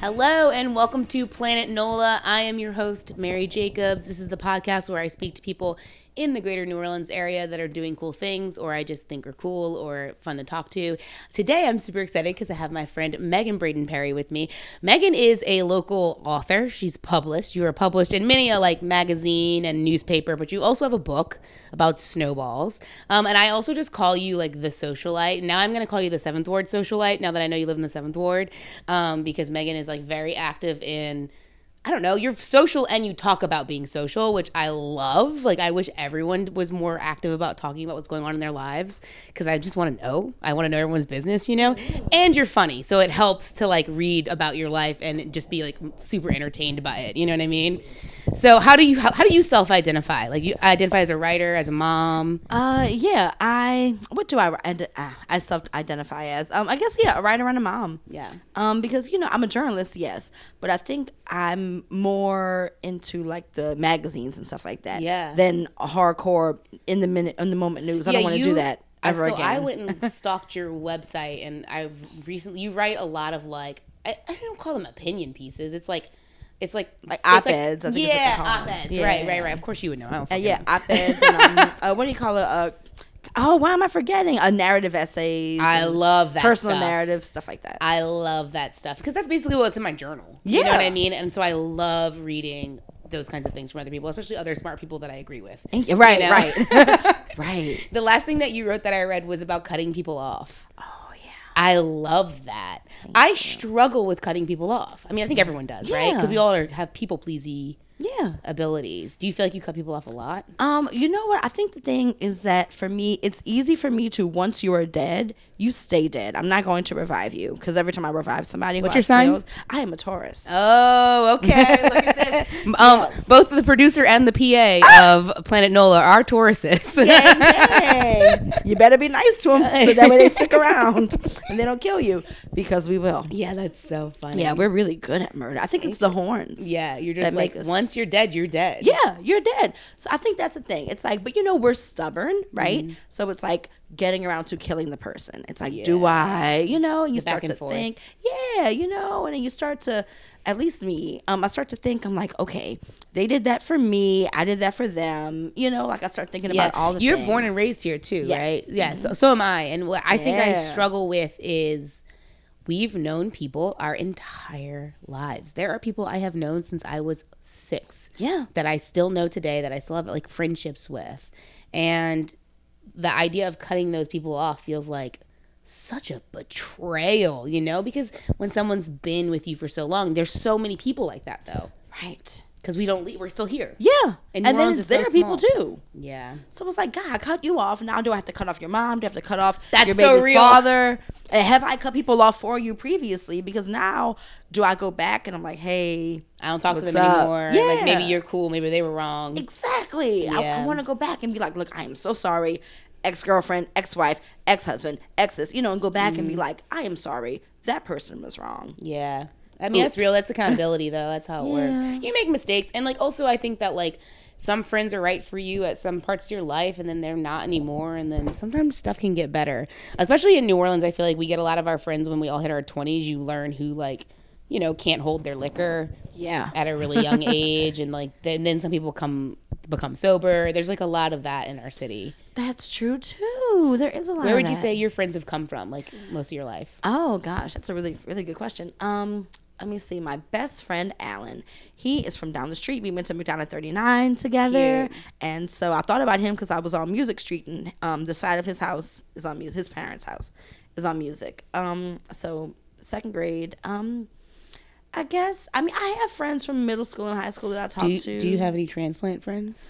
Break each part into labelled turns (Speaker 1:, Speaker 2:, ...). Speaker 1: Hello and welcome to Planet NOLA. I am your host, Mary Jacobs. This is the podcast where I speak to people in the greater New Orleans area that are doing cool things or I just think are cool or fun to talk to. Today I'm super excited because I have my friend Megan Braden Perry with me. Megan is a local author. She's published. You are published in many a like magazine and newspaper, but you also have a book about snowballs. Um, and I also just call you like the socialite. Now I'm gonna call you the seventh ward socialite now that I know you live in the seventh ward. Um, because Megan is like very active in I don't know, you're social and you talk about being social, which I love. Like, I wish everyone was more active about talking about what's going on in their lives because I just want to know. I want to know everyone's business, you know? And you're funny. So it helps to like read about your life and just be like super entertained by it. You know what I mean? So, how do you, how, how do you self identify? Like, you identify as a writer, as a mom?
Speaker 2: Uh, yeah. I what do I I, ah, I self-identify as? Um, I guess yeah, a writer and a mom.
Speaker 1: Yeah.
Speaker 2: Um, because you know I'm a journalist, yes, but I think I'm more into like the magazines and stuff like that.
Speaker 1: Yeah.
Speaker 2: Than hardcore in the minute in the moment news. I don't
Speaker 1: Yeah,
Speaker 2: want to
Speaker 1: you-
Speaker 2: do that
Speaker 1: I-
Speaker 2: ever
Speaker 1: so
Speaker 2: again.
Speaker 1: I went and stalked your website, and I've recently you write a lot of like I, I don't call them opinion pieces. It's like it's like
Speaker 2: Like
Speaker 1: it's
Speaker 2: op-eds, I think is what they
Speaker 1: yeah,
Speaker 2: call them.
Speaker 1: op-eds.
Speaker 2: Yeah.
Speaker 1: Right, right, right. Of course you would know. I don't
Speaker 2: Uh,
Speaker 1: fucking
Speaker 2: yeah,
Speaker 1: know.
Speaker 2: op eds. And, um, uh, what do you call it? Uh, oh, why am I forgetting? A uh, narrative essays.
Speaker 1: I
Speaker 2: and
Speaker 1: love that
Speaker 2: personal
Speaker 1: stuff.
Speaker 2: narrative stuff like that.
Speaker 1: I love that stuff because that's basically what's in my journal. You know
Speaker 2: Yeah.
Speaker 1: what I mean? And so I love reading those kinds of things from other people, especially other smart people that I agree with.
Speaker 2: And- right,
Speaker 1: know?
Speaker 2: right, right.
Speaker 1: The last thing that you wrote that I read was about cutting people off.
Speaker 2: Oh yeah.
Speaker 1: I love that. I struggle with cutting people off. I mean, I think everyone does, right? Because
Speaker 2: Yeah.
Speaker 1: we all are, have people pleasy
Speaker 2: Yeah.
Speaker 1: abilities. Do you feel like you cut people off a lot?
Speaker 2: Um, you know what? I think the thing is that for me, it's easy for me to once you are dead, you stay dead. I'm not going to revive you because every time I revive somebody, what's
Speaker 1: your sign?
Speaker 2: I am a Taurus.
Speaker 1: Oh, okay. Look at this. Um, Both the producer and the PA of Planet Nola are Tauruses.
Speaker 2: Dang, dang. you better be nice to them so that way they stick around and they don't kill you because we will.
Speaker 1: yeah, that's so funny.
Speaker 2: Yeah, we're really good at murder. I think it's the horns.
Speaker 1: yeah, you're just
Speaker 2: That
Speaker 1: like
Speaker 2: make us-
Speaker 1: once you're dead, you're dead.
Speaker 2: Yeah, you're dead. So I think that's the thing. It's like, but you know, we're stubborn, right?
Speaker 1: Mm-hmm.
Speaker 2: So it's like getting around to killing the person. It's like, do I, you know, you
Speaker 1: back
Speaker 2: start
Speaker 1: and
Speaker 2: to
Speaker 1: forth.
Speaker 2: think, yeah, you know, and then you start to, at least me, um, I start to think, I'm like, okay, they did that for me. I did that for them. You know, like I start thinking about all the
Speaker 1: you're born and
Speaker 2: things.
Speaker 1: raised here too
Speaker 2: Yes. Mm-hmm.
Speaker 1: right yeah so, so am i and what i think i
Speaker 2: Yeah.
Speaker 1: struggle with is we've known people our entire lives there are people i have known since i was six
Speaker 2: Yeah.
Speaker 1: that i still know today that i still have like friendships with and the idea of cutting those people off feels like such a betrayal you know because when someone's been with you for so long there's so many people like that though
Speaker 2: Right.
Speaker 1: because we don't leave we're still here
Speaker 2: Yeah.
Speaker 1: And
Speaker 2: And,
Speaker 1: New
Speaker 2: then
Speaker 1: Orleans
Speaker 2: it's
Speaker 1: is so
Speaker 2: there people
Speaker 1: small.
Speaker 2: too.
Speaker 1: yeah
Speaker 2: So it's like, God, I cut you off. Now do I have to cut off your mom? Do I have to cut off
Speaker 1: That's
Speaker 2: your
Speaker 1: so
Speaker 2: baby's
Speaker 1: real.
Speaker 2: father? And have I cut people off for you previously? Because now do I go back and I'm like, hey,
Speaker 1: I don't talk to
Speaker 2: What's
Speaker 1: them
Speaker 2: up?
Speaker 1: anymore. Like maybe
Speaker 2: Yeah.
Speaker 1: you're cool, maybe they were wrong.
Speaker 2: exactly. I,
Speaker 1: Yeah.
Speaker 2: I want to go back and be like, look, I am so sorry. Ex girlfriend, ex wife, ex husband, exes, you know, and go back and be like, I am sorry. That person was wrong.
Speaker 1: Yeah. I mean, that's
Speaker 2: Oops.
Speaker 1: real. That's accountability, though. That's how it
Speaker 2: Yeah.
Speaker 1: works. You make mistakes. And, like, also, I think that, like, some friends are right for you at some parts of your life, and then they're not anymore. And then sometimes stuff can get better. Especially in New Orleans, I feel like we get a lot of our friends when we all hit our 20s. You learn who, like, you know, can't hold their liquor
Speaker 2: Yeah.
Speaker 1: at a really young age. And, like, then, then some people come become sober. There's, like, a lot of that in our city.
Speaker 2: That's true too. There is a lot
Speaker 1: Where
Speaker 2: of
Speaker 1: would you
Speaker 2: that.
Speaker 1: say your friends have come from, like, most of your life?
Speaker 2: Oh gosh, that's a really really good question. Um, let me see. My best friend Alan, he is from down the street. We went to McDonough 39 together, and so I thought about him because I was on Music Street, and um, the side of his house is on music. His parents' house is on music. Um, so second grade. Um, I guess. I mean, I have friends from middle school and high school that I talk
Speaker 1: Do you,
Speaker 2: to.
Speaker 1: do you have any transplant friends?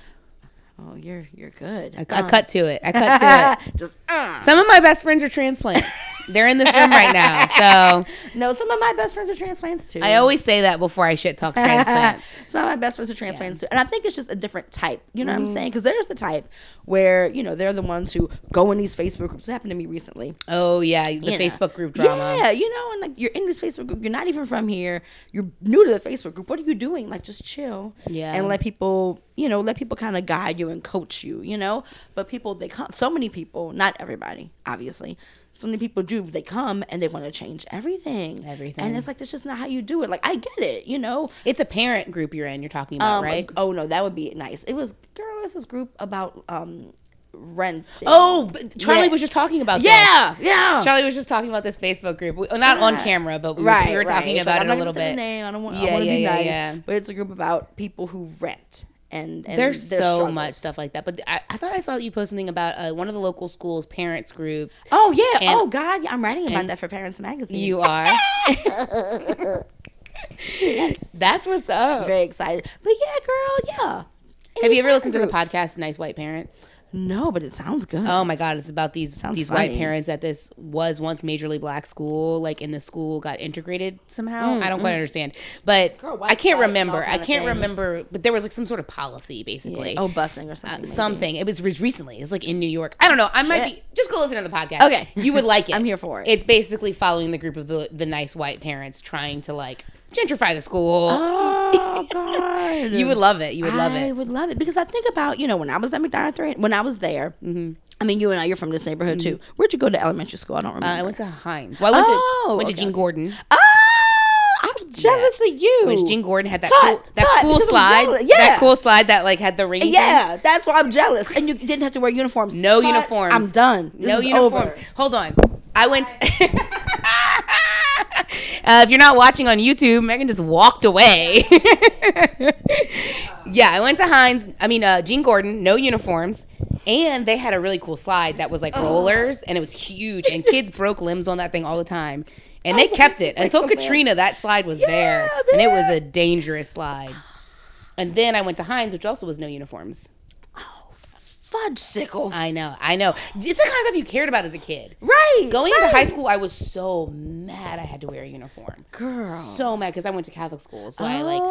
Speaker 2: Oh, you're you're good.
Speaker 1: I, I cut to it. I cut to it.
Speaker 2: Just uh.
Speaker 1: Some of my best friends are transplants. They're in this room right now. So
Speaker 2: no. Some of my best friends are transplants too.
Speaker 1: I always say that before I shit talk transplants.
Speaker 2: Some of my best friends are transplants too. And I think it's just a different type. You know what I'm
Speaker 1: Mm-hmm.
Speaker 2: saying? Because there's the type where, you know, they're the ones who go in these Facebook groups. It happened to me recently.
Speaker 1: Oh yeah, the
Speaker 2: you know.
Speaker 1: Facebook group drama.
Speaker 2: Yeah, you know, and like you're in this Facebook group. You're not even from here. You're new to the Facebook group. What are you doing? Like just chill.
Speaker 1: Yeah.
Speaker 2: And let people, you know, let people kind of guide you and coach you, you know? But people, they come, so many people, not everybody. obviously. So many people do. They come and they want to change everything.
Speaker 1: Everything.
Speaker 2: And it's like that's just not how you do it. Like I get it, you know.
Speaker 1: It's a parent group you're in. You're talking about,
Speaker 2: Um,
Speaker 1: right?
Speaker 2: Oh no, that would be nice. It was girl. It's this group about um renting.
Speaker 1: Oh, but Charlie
Speaker 2: Yeah.
Speaker 1: was just talking about this.
Speaker 2: yeah, yeah.
Speaker 1: Charlie was just talking about this Facebook group. We, not on
Speaker 2: Yeah.
Speaker 1: camera, but we, were-
Speaker 2: right,
Speaker 1: we were talking
Speaker 2: right. It's like,
Speaker 1: about
Speaker 2: I'm
Speaker 1: it
Speaker 2: not
Speaker 1: a little
Speaker 2: gonna say
Speaker 1: bit.
Speaker 2: the Name. I don't want.
Speaker 1: Yeah,
Speaker 2: I want to
Speaker 1: yeah,
Speaker 2: be
Speaker 1: yeah,
Speaker 2: nice.
Speaker 1: yeah.
Speaker 2: But it's a group about people who rent and, and
Speaker 1: There's
Speaker 2: their
Speaker 1: so
Speaker 2: struggles.
Speaker 1: much stuff like that. But I, I thought I saw you post something about uh, one of the local schools' parents groups.
Speaker 2: Oh yeah.
Speaker 1: And-
Speaker 2: oh God, yeah, I'm writing about
Speaker 1: and
Speaker 2: that for Parents Magazine.
Speaker 1: You are. That's what's up.
Speaker 2: very excited. But yeah, girl, yeah. It
Speaker 1: Have
Speaker 2: was
Speaker 1: you ever
Speaker 2: fun
Speaker 1: listened to the
Speaker 2: groups.
Speaker 1: podcast Nice White Parents?
Speaker 2: No, but it sounds good.
Speaker 1: Oh my god, it's about these
Speaker 2: Sounds
Speaker 1: these white
Speaker 2: funny.
Speaker 1: parents at this was once majorly black school, like in the school got integrated somehow. I don't quite understand. But
Speaker 2: Mm, Girl, white
Speaker 1: I can't
Speaker 2: power and all
Speaker 1: remember. I
Speaker 2: kinda
Speaker 1: can't
Speaker 2: things.
Speaker 1: remember, but there was like some sort of policy basically.
Speaker 2: Yeah. Oh, busing or
Speaker 1: Uh,
Speaker 2: something. maybe.
Speaker 1: something. It was re- recently. It's like in New York. I don't know. I might
Speaker 2: Shit.
Speaker 1: be just go listen to the podcast.
Speaker 2: Okay.
Speaker 1: you would like it.
Speaker 2: I'm here for it.
Speaker 1: It's basically following the group of the the nice white parents trying to like gentrify the school.
Speaker 2: Oh God.
Speaker 1: you would love it. You would love
Speaker 2: I
Speaker 1: it.
Speaker 2: would love it because I think about you know when I was at McDonald's three- when I was there.
Speaker 1: Mm-hmm.
Speaker 2: I mean, you and I, you're from this neighborhood too. Where'd you go to elementary school? I don't remember.
Speaker 1: Uh, I went to Heinz. Well, I went to
Speaker 2: Oh,
Speaker 1: went to
Speaker 2: okay,
Speaker 1: Gene
Speaker 2: okay.
Speaker 1: Gordon.
Speaker 2: Ah, I'm jealous of you.
Speaker 1: Which Gene Gordon had that
Speaker 2: Cut,
Speaker 1: cool that
Speaker 2: cut,
Speaker 1: cool
Speaker 2: because I'm
Speaker 1: slide.
Speaker 2: jealous. Yeah.
Speaker 1: That cool slide that like had the ring.
Speaker 2: Yeah, that's why I'm jealous. And you didn't have to wear uniforms.
Speaker 1: No
Speaker 2: Cut.
Speaker 1: uniforms.
Speaker 2: I'm done. This
Speaker 1: No
Speaker 2: is
Speaker 1: uniforms.
Speaker 2: over.
Speaker 1: Hold on. I went. Uh, if you're not watching on YouTube, Megan just walked away. yeah, I went to Heinz. I mean, uh, Gene Gordon. No uniforms, and they had a really cool slide that was
Speaker 2: Oh.
Speaker 1: like rollers, and it was huge. And kids broke limbs on that thing all the time, and they kept it until Katrina. That slide was there, and it was a dangerous slide. And then I went to Heinz, which also was no uniforms.
Speaker 2: Fudge sickles.
Speaker 1: I know, I know. It's the kind of stuff you cared about as a kid.
Speaker 2: right.
Speaker 1: Going
Speaker 2: right.
Speaker 1: into high school, I was so mad I had to wear a uniform.
Speaker 2: Girl.
Speaker 1: So mad because I went to Catholic school, so I like,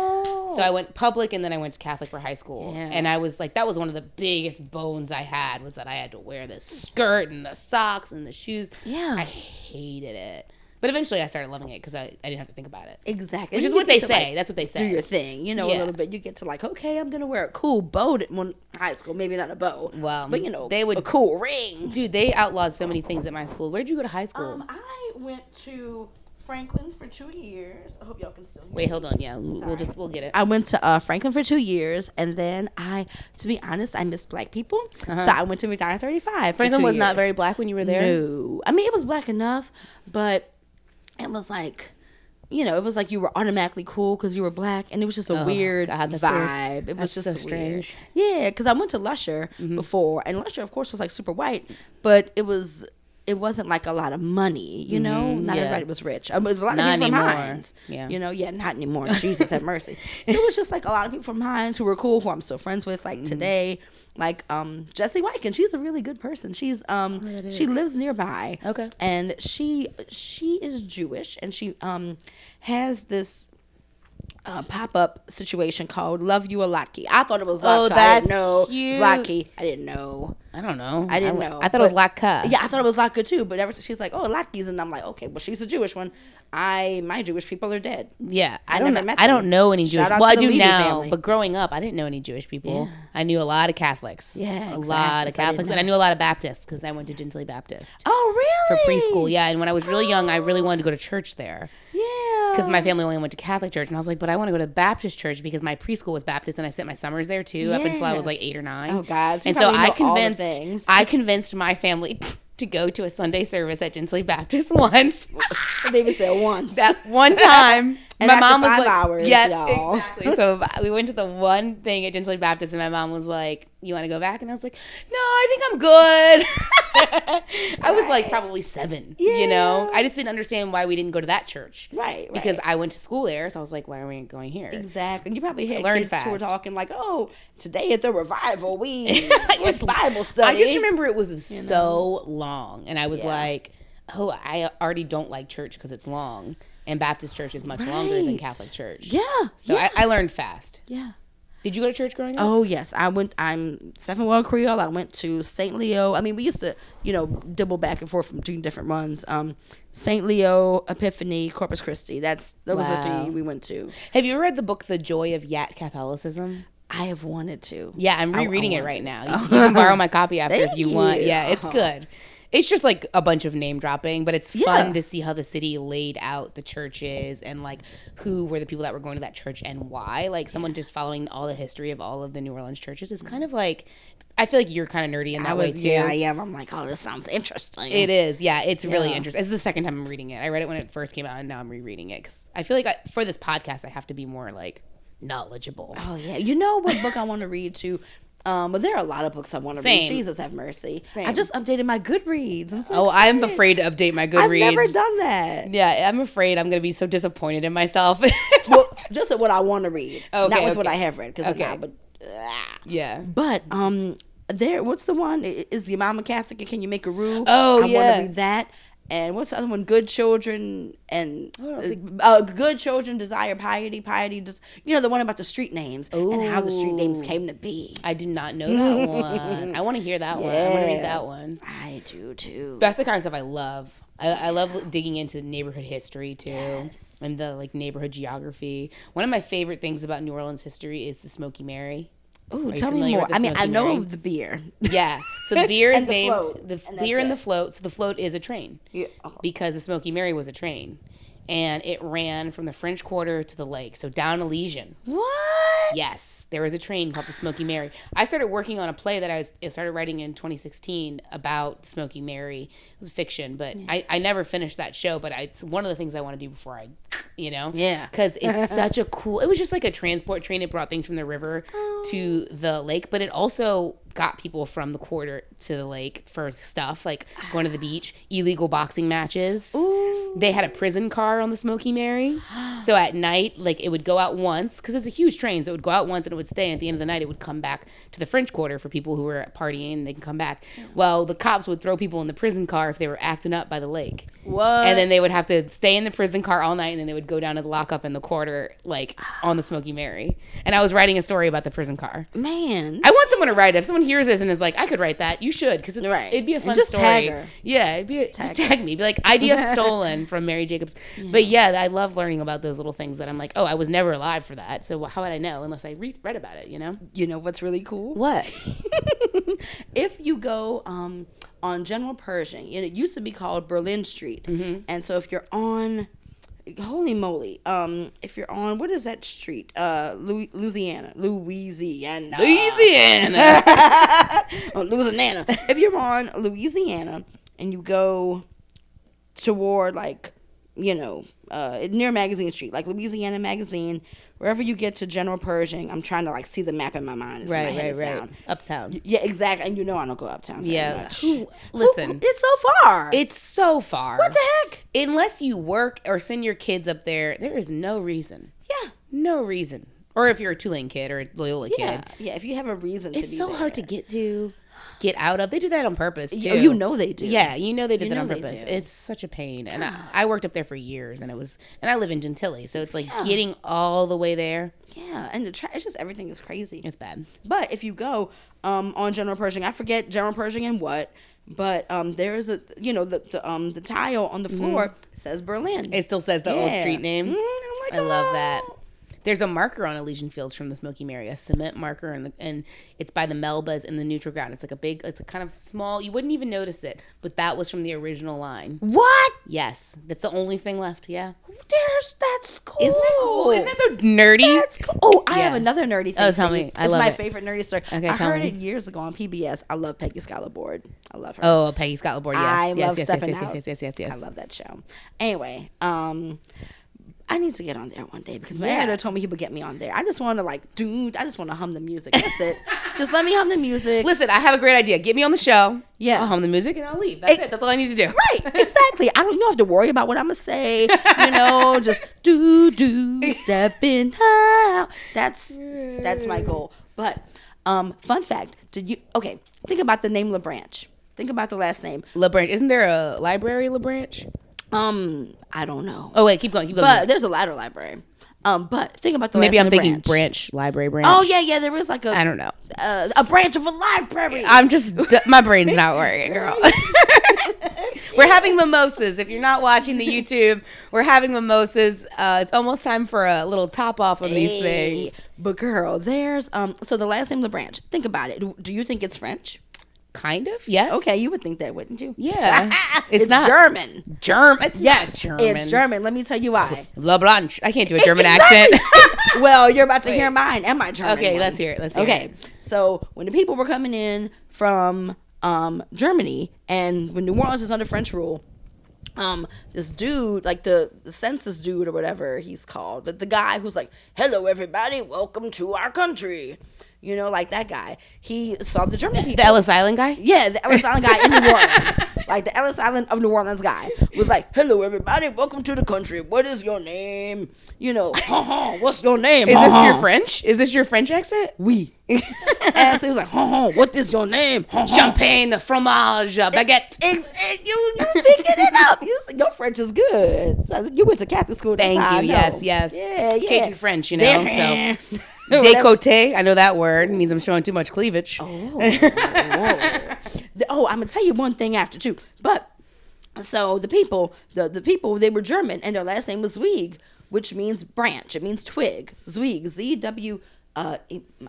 Speaker 1: so I went public and then I went to Catholic for high school,
Speaker 2: Yeah.
Speaker 1: and I was like, that was one of the biggest bones I had was that I had to wear the skirt and the socks and the shoes.
Speaker 2: Yeah.
Speaker 1: I hated it, but eventually I started loving it because I, I didn't have to think about it,
Speaker 2: Exactly.
Speaker 1: which
Speaker 2: You
Speaker 1: is what
Speaker 2: get
Speaker 1: they
Speaker 2: to,
Speaker 1: say.
Speaker 2: like,
Speaker 1: That's what they say.
Speaker 2: do your thing, you know,
Speaker 1: Yeah.
Speaker 2: a little bit. You get to like, okay, I'm gonna wear a cool bow. To, well, high school, maybe not a bow.
Speaker 1: Well,
Speaker 2: but you know,
Speaker 1: they would-
Speaker 2: a cool ring.
Speaker 1: Dude, they outlawed so many things at my school. Where'd you go to high school?
Speaker 2: Um, I went to Franklin for two years. I hope y'all can still hear.
Speaker 1: Wait, hold on. Yeah, we'll just we'll get it.
Speaker 2: I went to uh, Franklin for two years, and then I, to be honest, I missed black people, so I went to McDonald's 35. for
Speaker 1: Uh-huh. Franklin
Speaker 2: two
Speaker 1: was not
Speaker 2: years.
Speaker 1: very black when you were there.
Speaker 2: No, I mean it was black enough, but it was like, you know, it was like you were automatically cool because you were black, and it was just a weird
Speaker 1: Oh, God, that's
Speaker 2: vibe.
Speaker 1: weird.
Speaker 2: It was
Speaker 1: That's
Speaker 2: just
Speaker 1: so
Speaker 2: weird.
Speaker 1: strange. Mm-hmm.
Speaker 2: Yeah, because I went to Lusher before, and Lusher, of course, was like super white, but it was. It wasn't like a lot of money, you know. Not
Speaker 1: Mm-hmm. yeah.
Speaker 2: everybody was rich. Um, It was a lot
Speaker 1: Not
Speaker 2: of people from
Speaker 1: anymore.
Speaker 2: Heinz.
Speaker 1: Yeah.
Speaker 2: You know, yeah, not anymore. Jesus have mercy. So it was just like a lot of people from Heinz who were cool, who I'm still friends with,
Speaker 1: Mm-hmm.
Speaker 2: like today. Like um Jessie Wyken, she's a really good person. She's um she lives nearby.
Speaker 1: Oh, Okay.
Speaker 2: And she she is Jewish and she um has this uh, pop up situation called Love You a Lotki. I thought it was Lotki.
Speaker 1: Oh, that's
Speaker 2: I didn't know.
Speaker 1: cute.
Speaker 2: Lotki. I didn't know.
Speaker 1: I don't know.
Speaker 2: I didn't know.
Speaker 1: I thought it was
Speaker 2: but-
Speaker 1: Latka.
Speaker 2: Yeah, I thought it was Latka too. But ever she's like, oh, Latkes, and I'm like, okay, well, she's a Jewish one. I my Jewish people are dead.
Speaker 1: Yeah, I,
Speaker 2: I
Speaker 1: don't.
Speaker 2: never
Speaker 1: Know,
Speaker 2: met
Speaker 1: I don't
Speaker 2: them.
Speaker 1: know any
Speaker 2: Shout
Speaker 1: Jewish.
Speaker 2: out
Speaker 1: Well,
Speaker 2: to
Speaker 1: I
Speaker 2: the
Speaker 1: do
Speaker 2: Levy
Speaker 1: now,
Speaker 2: family.
Speaker 1: but growing up, I didn't know any Jewish people. I knew a lot of Catholics.
Speaker 2: Yeah,
Speaker 1: a
Speaker 2: exactly.
Speaker 1: lot of
Speaker 2: So I didn't
Speaker 1: Catholics, and I knew a lot of Baptists because I went to Gentile Baptist
Speaker 2: Oh,
Speaker 1: for
Speaker 2: really?
Speaker 1: preschool. Yeah, and when I was really young, I really wanted to go to church there
Speaker 2: Yeah.
Speaker 1: because my family only went to Catholic church, and I was like, but I want to go to Baptist church because my preschool was Baptist, and I spent my summers there too up until I
Speaker 2: Yeah.
Speaker 1: was like eight or nine.
Speaker 2: Oh, God, so you
Speaker 1: and so I
Speaker 2: probably know all the
Speaker 1: convinced
Speaker 2: things.
Speaker 1: I convinced my family to go to a Sunday service at Gentile Baptist once.
Speaker 2: The baby said once.
Speaker 1: that one time.
Speaker 2: And
Speaker 1: my
Speaker 2: after
Speaker 1: mom was
Speaker 2: five
Speaker 1: like,
Speaker 2: hours,
Speaker 1: yes,
Speaker 2: y'all."
Speaker 1: exactly. So we went to the one thing at Gentile Baptist, and my mom was like, "You want to go back?" And I was like, "No, I think I'm good." I was like probably seven, you know.
Speaker 2: Yeah.
Speaker 1: I just didn't understand why we didn't go to that church,
Speaker 2: right, right.
Speaker 1: Because I went to school there, so I was like, "Why are we going here?"
Speaker 2: Exactly. You probably had
Speaker 1: Learn
Speaker 2: kids who were
Speaker 1: fast.
Speaker 2: talking like, "Oh, today at the revival, we
Speaker 1: I
Speaker 2: it's
Speaker 1: just-
Speaker 2: Bible
Speaker 1: I
Speaker 2: study."
Speaker 1: just remember it was so long, and I was
Speaker 2: Yeah.
Speaker 1: like, "Oh, I already don't like church because it's long." And Baptist church is much longer than
Speaker 2: Right.
Speaker 1: Catholic church.
Speaker 2: Yeah.
Speaker 1: So
Speaker 2: yeah.
Speaker 1: I, I learned fast.
Speaker 2: yeah.
Speaker 1: Did you go to church growing up?
Speaker 2: Oh yes, I went. I'm Seven Well Creole. I went to Saint Leo. I mean, we used to, you know, dibble back and forth from doing different runs. Um, Saint Leo, Epiphany, Corpus Christi. That's those are
Speaker 1: Wow.
Speaker 2: the three we went to.
Speaker 1: Have you ever read the book The Joy of Yat Catholicism?
Speaker 2: I have wanted to.
Speaker 1: Yeah, I'm rereading it
Speaker 2: want
Speaker 1: right
Speaker 2: to.
Speaker 1: now. You, you can borrow my copy after if
Speaker 2: Thank
Speaker 1: you want.
Speaker 2: you.
Speaker 1: Yeah, it's good. It's just like a bunch of name dropping, but it's
Speaker 2: Yeah.
Speaker 1: fun to see how the city laid out the churches and like who were the people that were going to that church and why. Like someone just following all the history of all of the New Orleans churches is kind of like I feel like you're kind of nerdy in that
Speaker 2: I
Speaker 1: way
Speaker 2: was-
Speaker 1: too.
Speaker 2: Yeah, I am. I'm like, oh, this sounds interesting.
Speaker 1: It is, yeah. It's really
Speaker 2: Yeah.
Speaker 1: interesting. It's the second time I'm reading it. I read it when it first came out, and now I'm rereading it because I feel like I, for this podcast, I have to be more like knowledgeable.
Speaker 2: Oh yeah, you know what book I want to read too. Um, but there are a lot of books I want to read.
Speaker 1: Same.
Speaker 2: Jesus have mercy. I just updated my Goodreads. I'm so
Speaker 1: Oh,
Speaker 2: excited.
Speaker 1: I'm afraid to update my
Speaker 2: I've
Speaker 1: Goodreads.
Speaker 2: never done that.
Speaker 1: yeah, I'm afraid I'm gonna be so disappointed in myself.
Speaker 2: well, just what I want to read,
Speaker 1: Okay,
Speaker 2: not with what I
Speaker 1: okay.
Speaker 2: have read, because
Speaker 1: Okay.
Speaker 2: now, but ah.
Speaker 1: yeah.
Speaker 2: but um, there. What's the one? I- Is your mama Catholic? And can you make a rule?
Speaker 1: Oh,
Speaker 2: I want
Speaker 1: yeah.
Speaker 2: to read that. And what's the other one? Good children and
Speaker 1: Oh,
Speaker 2: uh, good children desire piety. Piety, just you know the one about the street names and how the street names came to be.
Speaker 1: I did not know that one. I want to hear that one. I want to
Speaker 2: Yeah.
Speaker 1: read that one.
Speaker 2: I do too.
Speaker 1: That's the kind of stuff I love. I, I love digging into neighborhood history too, and the like neighborhood geography. One of my favorite things about New Orleans history is the Smoky Mary.
Speaker 2: Ooh,
Speaker 1: you
Speaker 2: tell me
Speaker 1: familiar
Speaker 2: more.
Speaker 1: with the
Speaker 2: I mean, I
Speaker 1: Smoky
Speaker 2: know
Speaker 1: Mary?
Speaker 2: of the beer.
Speaker 1: Yeah. So the beer is
Speaker 2: And the
Speaker 1: named
Speaker 2: float.
Speaker 1: the
Speaker 2: And
Speaker 1: beer
Speaker 2: that's
Speaker 1: and the
Speaker 2: it.
Speaker 1: float. So the float is a train
Speaker 2: Yeah.
Speaker 1: because the Smoky Mary was a train, and it ran from the French Quarter to the lake, so down Elysian.
Speaker 2: What?
Speaker 1: Yes, there was a train called the Smoky Mary. I started working on a play that I, was, I started writing in 2016 about the Smoky Mary. It was fiction, but I, I never finished that show. But I, it's one of the things I want to do before I, you know,
Speaker 2: Yeah.
Speaker 1: because it's such a cool. It was just like a transport train. It brought things from the river
Speaker 2: Oh.
Speaker 1: to the lake, but it also got people from the quarter to the lake for stuff like going to the beach, illegal boxing matches. They had a prison car on the Smoky Mary. So at night, like it would go out once because it's a huge train. So it would go out once and it would stay. And at the end of the night, it would come back to the French Quarter for people who were partying. They can come back. Well, the cops would throw people in the prison car if they were acting up by the lake.
Speaker 2: What?
Speaker 1: And then they would have to stay in the prison car all night, and then they would go down to the lockup in the quarter, like on the Smoky Mary. And I was writing a story about the prison car.
Speaker 2: Man,
Speaker 1: I want someone to write it. If someone hears this and is like, "I could write that," you should because it's
Speaker 2: Right.
Speaker 1: it'd be a
Speaker 2: And
Speaker 1: fun
Speaker 2: just
Speaker 1: story.
Speaker 2: tag her.
Speaker 1: Yeah, it'd be just
Speaker 2: tag
Speaker 1: tag,
Speaker 2: us.
Speaker 1: me. Be like, "Idea stolen from Mary Jacobs." But yeah, I love learning about those little things that I'm like, "Oh, I was never alive for that." So how would I know unless I read read about it? You know?
Speaker 2: you know what's really cool?
Speaker 1: What?
Speaker 2: if you go um, on General Pershing, and it used to be called Berlin Street,
Speaker 1: Mm-hmm.
Speaker 2: and so if you're on, holy moly, um, if you're on what is that street? Uh, Lu- Louisiana, Louisiana,
Speaker 1: Louisiana.
Speaker 2: Oh, Louisiana. if you're on Louisiana and you go toward like you know uh, near Magazine Street, like Louisiana Magazine, wherever you get to General Pershing, I'm trying to like see the map in my mind. It's in my
Speaker 1: right,
Speaker 2: head,
Speaker 1: right,
Speaker 2: it's
Speaker 1: right.
Speaker 2: down.
Speaker 1: Uptown.
Speaker 2: Yeah, exactly. And you know I don't go uptown. Very
Speaker 1: Yeah.
Speaker 2: much.
Speaker 1: Who-
Speaker 2: Who-
Speaker 1: listen.
Speaker 2: it's so far.
Speaker 1: It's so far.
Speaker 2: what the heck?
Speaker 1: Unless you work or send your kids up there, there is no reason.
Speaker 2: Yeah,
Speaker 1: No reason. Or if you're a Tulane kid or a Loyola
Speaker 2: yeah,
Speaker 1: kid,
Speaker 2: yeah. If you have a reason, to
Speaker 1: it's
Speaker 2: be
Speaker 1: so
Speaker 2: there. Oh,
Speaker 1: hard to get to, get out of. They do that on purpose too.
Speaker 2: You, you know they do.
Speaker 1: Yeah, you know they did
Speaker 2: You
Speaker 1: that
Speaker 2: know
Speaker 1: on
Speaker 2: they
Speaker 1: purpose.
Speaker 2: do.
Speaker 1: It's such a pain, and I, I worked up there for years, and it was, and I live in Gentilly, so it's like getting all the way there.
Speaker 2: yeah. And the tra- it's just everything is crazy.
Speaker 1: It's bad.
Speaker 2: But if you go um, on General Pershing, I forget General Pershing and what, but um, there is a you know the the, um, the tile on the floor says Berlin.
Speaker 1: It still says Mm-hmm. the old
Speaker 2: Yeah.
Speaker 1: street name.
Speaker 2: Mhm, and
Speaker 1: I
Speaker 2: I'm like,
Speaker 1: love that.
Speaker 2: "Oh."
Speaker 1: There's a marker on Elysian Fields from the Smoky Mary, a cement marker, and the, and it's by the Melbas in the neutral ground. It's like a big, it's a kind of small. You wouldn't even notice it, but that was from the original line.
Speaker 2: What?
Speaker 1: Yes, that's the only thing left. Yeah,
Speaker 2: There's that school.
Speaker 1: isn't that cool? Isn't that so nerdy?
Speaker 2: That's cool. Oh, I have
Speaker 1: Yeah.
Speaker 2: another nerdy thing.
Speaker 1: Oh, tell
Speaker 2: for you.
Speaker 1: me. I
Speaker 2: it's
Speaker 1: love
Speaker 2: my
Speaker 1: it.
Speaker 2: favorite nerdy story.
Speaker 1: Okay,
Speaker 2: I
Speaker 1: tell
Speaker 2: heard
Speaker 1: me.
Speaker 2: it years ago on PBS. I love Peggy Schuyler Board. I love her.
Speaker 1: Oh, Peggy Scott Laborde. Yes,
Speaker 2: I
Speaker 1: yes,
Speaker 2: love
Speaker 1: yes, yes,
Speaker 2: stepping
Speaker 1: yes,
Speaker 2: out.
Speaker 1: yes, yes, yes, yes.
Speaker 2: I love that show. Anyway, um, I need to get on there one day because my
Speaker 1: Yeah.
Speaker 2: editor told me he would get me on there. I just want to like, dude, I just want to hum the music. That's it. just let me hum the music.
Speaker 1: Listen, I have a great idea. Get me on the show.
Speaker 2: Yeah.
Speaker 1: I'll hum the music and I'll leave. That's
Speaker 2: Eh,
Speaker 1: it. That's all I need to do.
Speaker 2: Right, exactly. I don't. You don't have to worry about what I'm gonna say. You know, just do do stepping out. That's that's my goal. But um, fun fact: Did you okay? Think about the name LeBranch. Think about the last name.
Speaker 1: LeBranch. Isn't there a library, LeBranch?
Speaker 2: Um, I don't know.
Speaker 1: Oh, wait, keep going. Keep going.
Speaker 2: But there's a ladder library. Um, but think about the
Speaker 1: Maybe
Speaker 2: last
Speaker 1: I'm
Speaker 2: name,
Speaker 1: thinking branch.
Speaker 2: branch.
Speaker 1: library branch.
Speaker 2: Oh yeah, yeah. There is like
Speaker 1: I
Speaker 2: a
Speaker 1: don't know.
Speaker 2: uh, a branch of a library.
Speaker 1: I'm just, d- my brain's not working, girl. we're having mimosas. If you're not watching the YouTube, we're having mimosas. Uh, it's almost time for a little top off on these
Speaker 2: Hey,
Speaker 1: things.
Speaker 2: But girl, there's um. So the last name LeBranch. Think about it. Do you think it's French?
Speaker 1: Kind of, yes.
Speaker 2: Okay, you would think that, wouldn't you?
Speaker 1: Yeah.
Speaker 2: It's,
Speaker 1: It's not-
Speaker 2: German.
Speaker 1: Germ. It's
Speaker 2: Yes,
Speaker 1: not
Speaker 2: it's German. Let me tell you why.
Speaker 1: La Blanche. I can't do a German
Speaker 2: Exactly.
Speaker 1: accent.
Speaker 2: well, you're about to hear
Speaker 1: Wait.
Speaker 2: mine and my German.
Speaker 1: okay,
Speaker 2: one.
Speaker 1: let's hear it. Let's hear
Speaker 2: Okay,
Speaker 1: it.
Speaker 2: so when the people were coming in from um, Germany, and when New Orleans is under French rule, um, this dude, like the census dude or whatever he's called, the, the guy who's like, "Hello, everybody, welcome to our country," you know, like that guy. He saw the German people.
Speaker 1: The Ellis Island guy?
Speaker 2: Yeah, the Ellis Island guy in New Orleans. Like the Ellis Island of New Orleans guy was like, Hello everybody, welcome to the country. What is your name? You know, "Huh-huh, what's your name?
Speaker 1: Is this your
Speaker 2: Huh-huh."
Speaker 1: French? Is this your French accent?
Speaker 2: We. and so he was like, huh, huh, what is your name? Uh-huh. Huh, huh."
Speaker 1: Champagne, fromage, uh, baguette.
Speaker 2: Ex- ex- you you picking it up. You, s- your French is good. So you went to Catholic school. that's
Speaker 1: Thank
Speaker 2: how I
Speaker 1: you.
Speaker 2: know.
Speaker 1: Yes, yes.
Speaker 2: Yeah, yeah.
Speaker 1: Cajun French, you know.
Speaker 2: Damn.
Speaker 1: So
Speaker 2: Whatever.
Speaker 1: décolleté. I know that word. It means I'm showing too much cleavage.
Speaker 2: Oh. The- oh, I'm gonna tell you one thing after too. But so the people, the the people, they were German, and their last name was Zweig, which means branch. It means twig. Zweig, Z W uh,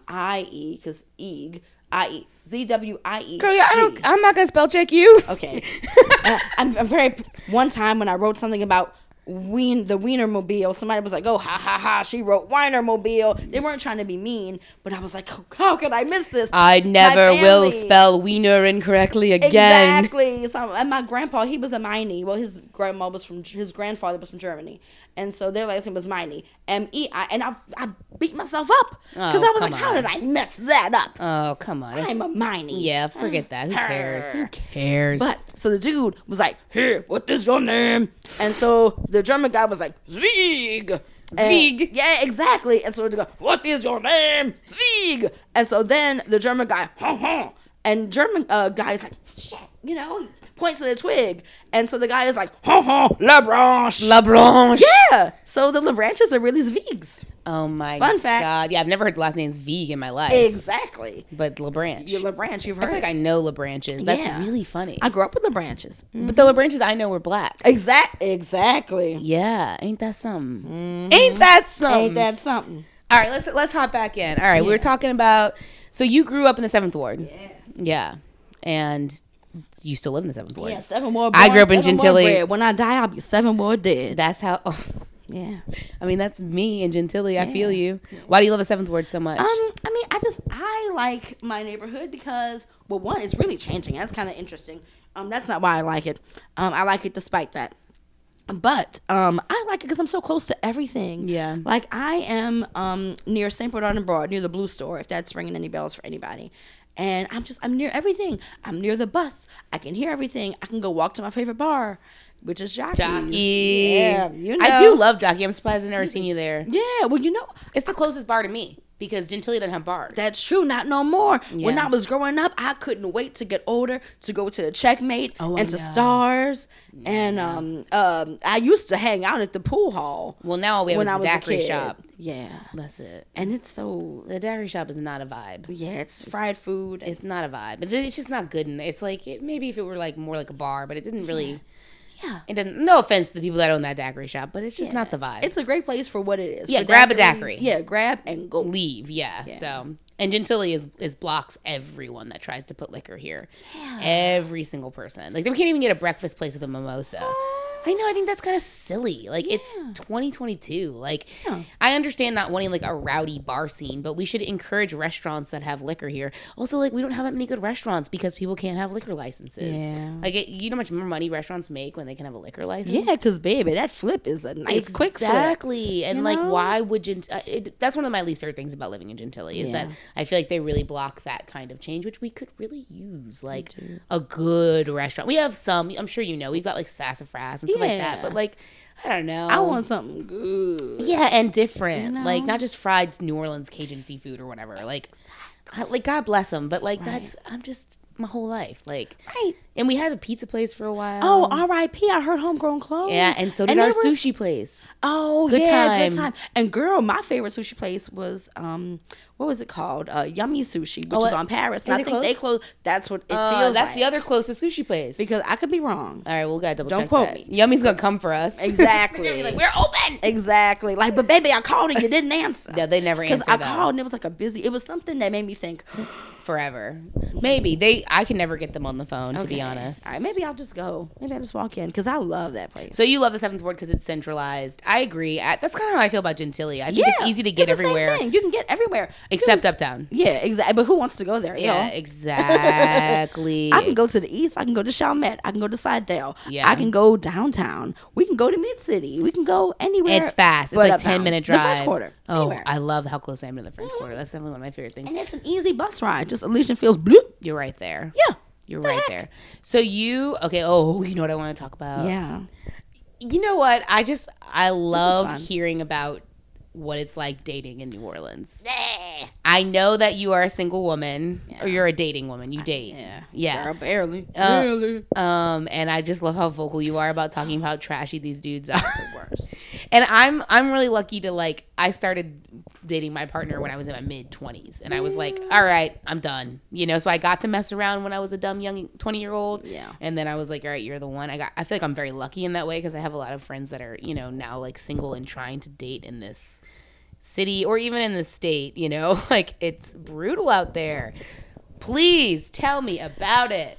Speaker 2: I E, because Eig, I E, Z W I E.
Speaker 1: Girl, I don't.
Speaker 2: G.
Speaker 1: I'm not gonna spell check you.
Speaker 2: Okay. Uh, I'm, I'm very. One time when I wrote something about ween the Wienermobile, somebody was like, "Oh, ha ha ha!" She wrote Wienermobile. They weren't trying to be mean, but I was like, "How, how could I miss this?"
Speaker 1: I
Speaker 2: My
Speaker 1: never will
Speaker 2: family-
Speaker 1: spell wiener incorrectly again.
Speaker 2: Exactly. So, and my grandpa, he was a Miney. Well, his grandma was from his grandfather was from Germany, and so their last name was Miney, M E I. And I, I beat myself up because
Speaker 1: Oh,
Speaker 2: I was
Speaker 1: come
Speaker 2: like, "How
Speaker 1: on.
Speaker 2: did I mess that up?"
Speaker 1: Oh come on. It's-
Speaker 2: I'm a Miney.
Speaker 1: yeah, forget that. Who cares? Who cares?
Speaker 2: But so the dude was like, "Hey, what is your name?" And so the German guy was like, "Zweig." And-
Speaker 1: Zweig.
Speaker 2: yeah, exactly. And so the guy, "What is your name?" Zweig. And so then the German guy, "Huh huh." And German uh, guy is like, "Shit," you know, points to the twig. And so the guy is like, "Huh huh, La Branche."
Speaker 1: La Blanche.
Speaker 2: yeah. So the La Branches are really Zweigs.
Speaker 1: Oh my
Speaker 2: Fun fact.
Speaker 1: god. Yeah, I've never heard the last name's Vig in my life.
Speaker 2: Exactly.
Speaker 1: but LaBranche.
Speaker 2: Your La Branche, you've
Speaker 1: I
Speaker 2: heard.
Speaker 1: feel like I know LaBranches. That's
Speaker 2: Yeah.
Speaker 1: really funny.
Speaker 2: I grew up with La Branches.
Speaker 1: but the LaBranches I know were black.
Speaker 2: Exact. Exactly.
Speaker 1: Yeah, ain't that something? Mm-hmm. Ain't that something?
Speaker 2: Ain't that something?
Speaker 1: All right, let's let's hop back in. All right, we were talking about so you grew up in the seventh ward. Yeah. Yeah, and you still live in the seventh ward.
Speaker 2: Yeah, seven more.
Speaker 1: I grew up in
Speaker 2: seven more
Speaker 1: Gentilly.
Speaker 2: bred. When I die, I'll be seven more dead.
Speaker 1: That's how. Oh,
Speaker 2: Yeah.
Speaker 1: I mean, that's me and Gentilly. I feel you. Why do you love the seventh ward so much?
Speaker 2: Um, I mean, I just I like my neighborhood because well, one, it's really changing. That's kind of interesting. Um, that's not why I like it. Um, I like it despite that. But um, I like it because I'm so close to everything.
Speaker 1: Yeah.
Speaker 2: Like I am um near Saint Bernard and Broad, near the Blue Store, if that's ringing any bells for anybody. And I'm just I'm near everything. I'm near the bus. I can hear everything. I can go walk to my favorite bar, which is Jockey's.
Speaker 1: Jockey.
Speaker 2: Yeah, you know.
Speaker 1: I do love Jockey. I'm surprised I've never seen you there.
Speaker 2: Yeah, well, you know,
Speaker 1: It's the closest bar to me because Gentilly doesn't have bars.
Speaker 2: that's true. Not no more. When
Speaker 1: Yeah.
Speaker 2: I was growing up, I couldn't wait to get older to go to the Checkmate
Speaker 1: Oh, I
Speaker 2: and to
Speaker 1: know.
Speaker 2: Stars, and um, um, I used to hang out at the pool hall
Speaker 1: well, now all we have
Speaker 2: when
Speaker 1: is
Speaker 2: I
Speaker 1: the
Speaker 2: was a
Speaker 1: daiquiri
Speaker 2: kid.
Speaker 1: shop.
Speaker 2: Yeah,
Speaker 1: That's it.
Speaker 2: and it's so
Speaker 1: The daiquiri shop is not a vibe.
Speaker 2: yeah, it's fried food. and-
Speaker 1: It's not a vibe. But It's just not good. in- It's like it, maybe if it were like more like a bar, but it didn't really.
Speaker 2: yeah,
Speaker 1: It doesn't. No offense to the people that own that daiquiri shop, but it's just not the vibe.
Speaker 2: it's a great place for what it is.
Speaker 1: Yeah,
Speaker 2: for
Speaker 1: grab a
Speaker 2: daiquiris.
Speaker 1: daiquiri.
Speaker 2: Yeah, grab and go.
Speaker 1: leave. Yeah. So and Gentilly is is blocks everyone that tries to put liquor here. Every single person. Like they can't even get a breakfast place with a mimosa. I know. I think that's kind of silly. Like it's 2022. Like I understand not wanting like a rowdy bar scene, but we should encourage restaurants that have liquor here. Also, like we don't have that many good restaurants because people can't have liquor licenses.
Speaker 2: Yeah.
Speaker 1: Like it, you know how much more money restaurants make when they can have a liquor license.
Speaker 2: Yeah, because baby, that flip is a nice quick flip.
Speaker 1: Exactly. And
Speaker 2: you
Speaker 1: like,
Speaker 2: know?
Speaker 1: why would Gent- uh, it, that's one of my least favorite things about living in Gentilly is that
Speaker 2: Yeah.
Speaker 1: I feel like they really block that kind of change, which we could really use. Like a good restaurant. We have some. I'm sure you know. We've got like sassafras and stuff like that.
Speaker 2: Yeah.
Speaker 1: But like, I don't know.
Speaker 2: I want something good.
Speaker 1: yeah, and different.
Speaker 2: know?
Speaker 1: Like not just fried New Orleans Cajun seafood or whatever. Like, I- like God bless them. But like that's I'm just my whole life. Like,
Speaker 2: Right.
Speaker 1: and we had a pizza place for a while.
Speaker 2: Oh, R.I.P. I heard homegrown clothes.
Speaker 1: Um, yeah, and so did our
Speaker 2: they were-
Speaker 1: sushi place.
Speaker 2: Oh, yeah, good
Speaker 1: time.
Speaker 2: time. And girl, my favorite sushi place was um, what was it called? Uh, Yummy Sushi, which
Speaker 1: Oh,
Speaker 2: is
Speaker 1: it-
Speaker 2: on Paris.
Speaker 1: is
Speaker 2: And I
Speaker 1: it
Speaker 2: think they closed. That's what it
Speaker 1: Uh,
Speaker 2: feels.
Speaker 1: that's
Speaker 2: like.
Speaker 1: the other closest sushi place.
Speaker 2: because I could be wrong.
Speaker 1: All right, we'll gotta double
Speaker 2: Don't
Speaker 1: check
Speaker 2: quote
Speaker 1: that.
Speaker 2: me.
Speaker 1: Yummy's gonna come for us.
Speaker 2: Exactly.
Speaker 1: They're like, we're open.
Speaker 2: Exactly. Like, but baby, I called and you didn't answer.
Speaker 1: Yeah, they never
Speaker 2: Because
Speaker 1: answer.
Speaker 2: I
Speaker 1: though.
Speaker 2: called and it was like a busy. It was something that made me think.
Speaker 1: forever. Maybe they. I can never get them on the phone to be honest.
Speaker 2: All right, maybe I'll just go. Maybe I'll just walk in because I love that place.
Speaker 1: So you love the seventh ward because it's centralized. I agree. I, that's kind of how I feel about Gentilly. I think it's easy to get
Speaker 2: the same
Speaker 1: everywhere
Speaker 2: thing. You can get everywhere. You can-
Speaker 1: except uptown.
Speaker 2: yeah, exactly. But who wants to go there?
Speaker 1: Yeah,
Speaker 2: Yeah.
Speaker 1: exactly.
Speaker 2: I can go to the east. I can go to Chalmette. I can go to Sidedale.
Speaker 1: Yeah.
Speaker 2: I can go downtown. We can go to Mid City. We can go anywhere.
Speaker 1: It's fast. It's
Speaker 2: but
Speaker 1: like
Speaker 2: uptown.
Speaker 1: ten minute drive.
Speaker 2: The French Quarter.
Speaker 1: Oh,
Speaker 2: Anywhere.
Speaker 1: I love how close I am to the French Quarter. That's definitely one of my favorite things.
Speaker 2: and it's an easy bus ride. Just Elysian Fields. Bloop.
Speaker 1: You're right there.
Speaker 2: Yeah.
Speaker 1: You're
Speaker 2: The
Speaker 1: right
Speaker 2: heck?
Speaker 1: there. So you okay? Oh, you know what I want to talk about?
Speaker 2: Yeah.
Speaker 1: You know what? I just I
Speaker 2: fun.
Speaker 1: love hearing about what it's like dating in New Orleans. I know that you are a single woman or you're a dating woman. You date. Yeah.
Speaker 2: Girl, barely.
Speaker 1: Uh,
Speaker 2: barely.
Speaker 1: Um, and I just love how vocal you are about talking about how trashy these dudes are.
Speaker 2: Worse.
Speaker 1: and I'm I'm really lucky to like I started dating my partner when I was in my mid 20s and I was like
Speaker 2: Mm.
Speaker 1: all right I'm done you know so I got to mess around when I was a dumb young 20 year old
Speaker 2: Yeah.
Speaker 1: and then I was like all right you're the one I got I feel like I'm very lucky in that way because I have a lot of friends that are you know now like single and trying to date in this city or even in the state you know like it's brutal out there please tell me about it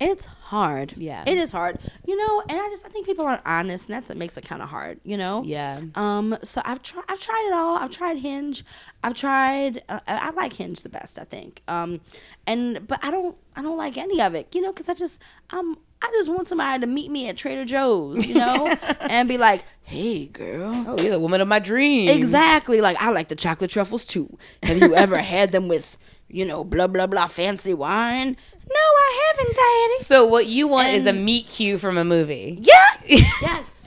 Speaker 2: It's hard.
Speaker 1: Yeah.
Speaker 2: It is hard. You know, and I just I think people aren't honest and that's what makes it kinda hard, you know?
Speaker 1: yeah
Speaker 2: Um, so I've tried. I've tried it all. I've tried Hinge. I've tried. Uh, I I like Hinge the best, I think. Um, and but I don't. I don't like any of it, you know, because I just. I'm. I just want somebody to meet me at Trader Joe's, you know, and be like, "Hey, girl."
Speaker 1: oh you're the woman of my dreams
Speaker 2: Exactly. Like I like the chocolate truffles too. Have you ever had them with, you know, blah blah blah fancy wine? No, I haven't, Daddy.
Speaker 1: so what you want is a
Speaker 2: And-
Speaker 1: meet cue from a movie
Speaker 2: Yeah. yes.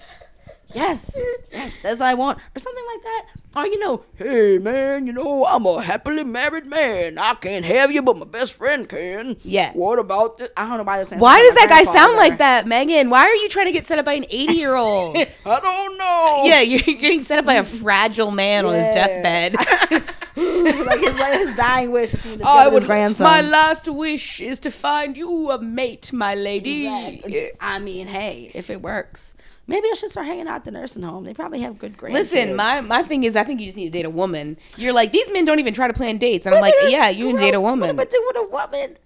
Speaker 2: Yes. Yes. That's what I want. Or something like that. Or, you know, hey, man, you know, I'm a happily married man. I can't have you, but my best friend can.
Speaker 1: Yeah.
Speaker 2: What about this? I don't know why this sounds
Speaker 1: Why
Speaker 2: like
Speaker 1: does
Speaker 2: my
Speaker 1: that guy
Speaker 2: grandfather.
Speaker 1: sound like that, Megan? Why are you trying to get set up by an 80 year old?
Speaker 2: I don't know.
Speaker 1: yeah, you're getting set up by a fragile man on his
Speaker 2: Yeah.
Speaker 1: deathbed.
Speaker 2: like, his, like his dying wish is for me to
Speaker 1: I Oh,
Speaker 2: go with his
Speaker 1: would-
Speaker 2: grandson.
Speaker 1: My last wish is to find you a mate, my lady.
Speaker 2: Exactly. I mean, hey, if it works, maybe I should start hanging out at the nursing home. They probably have good grades.
Speaker 1: Listen, my, my thing is, I think you just need to date a woman. You're like, these men don't even try to plan dates. And I'm like, yeah, you can date a woman.
Speaker 2: What am I do with a woman?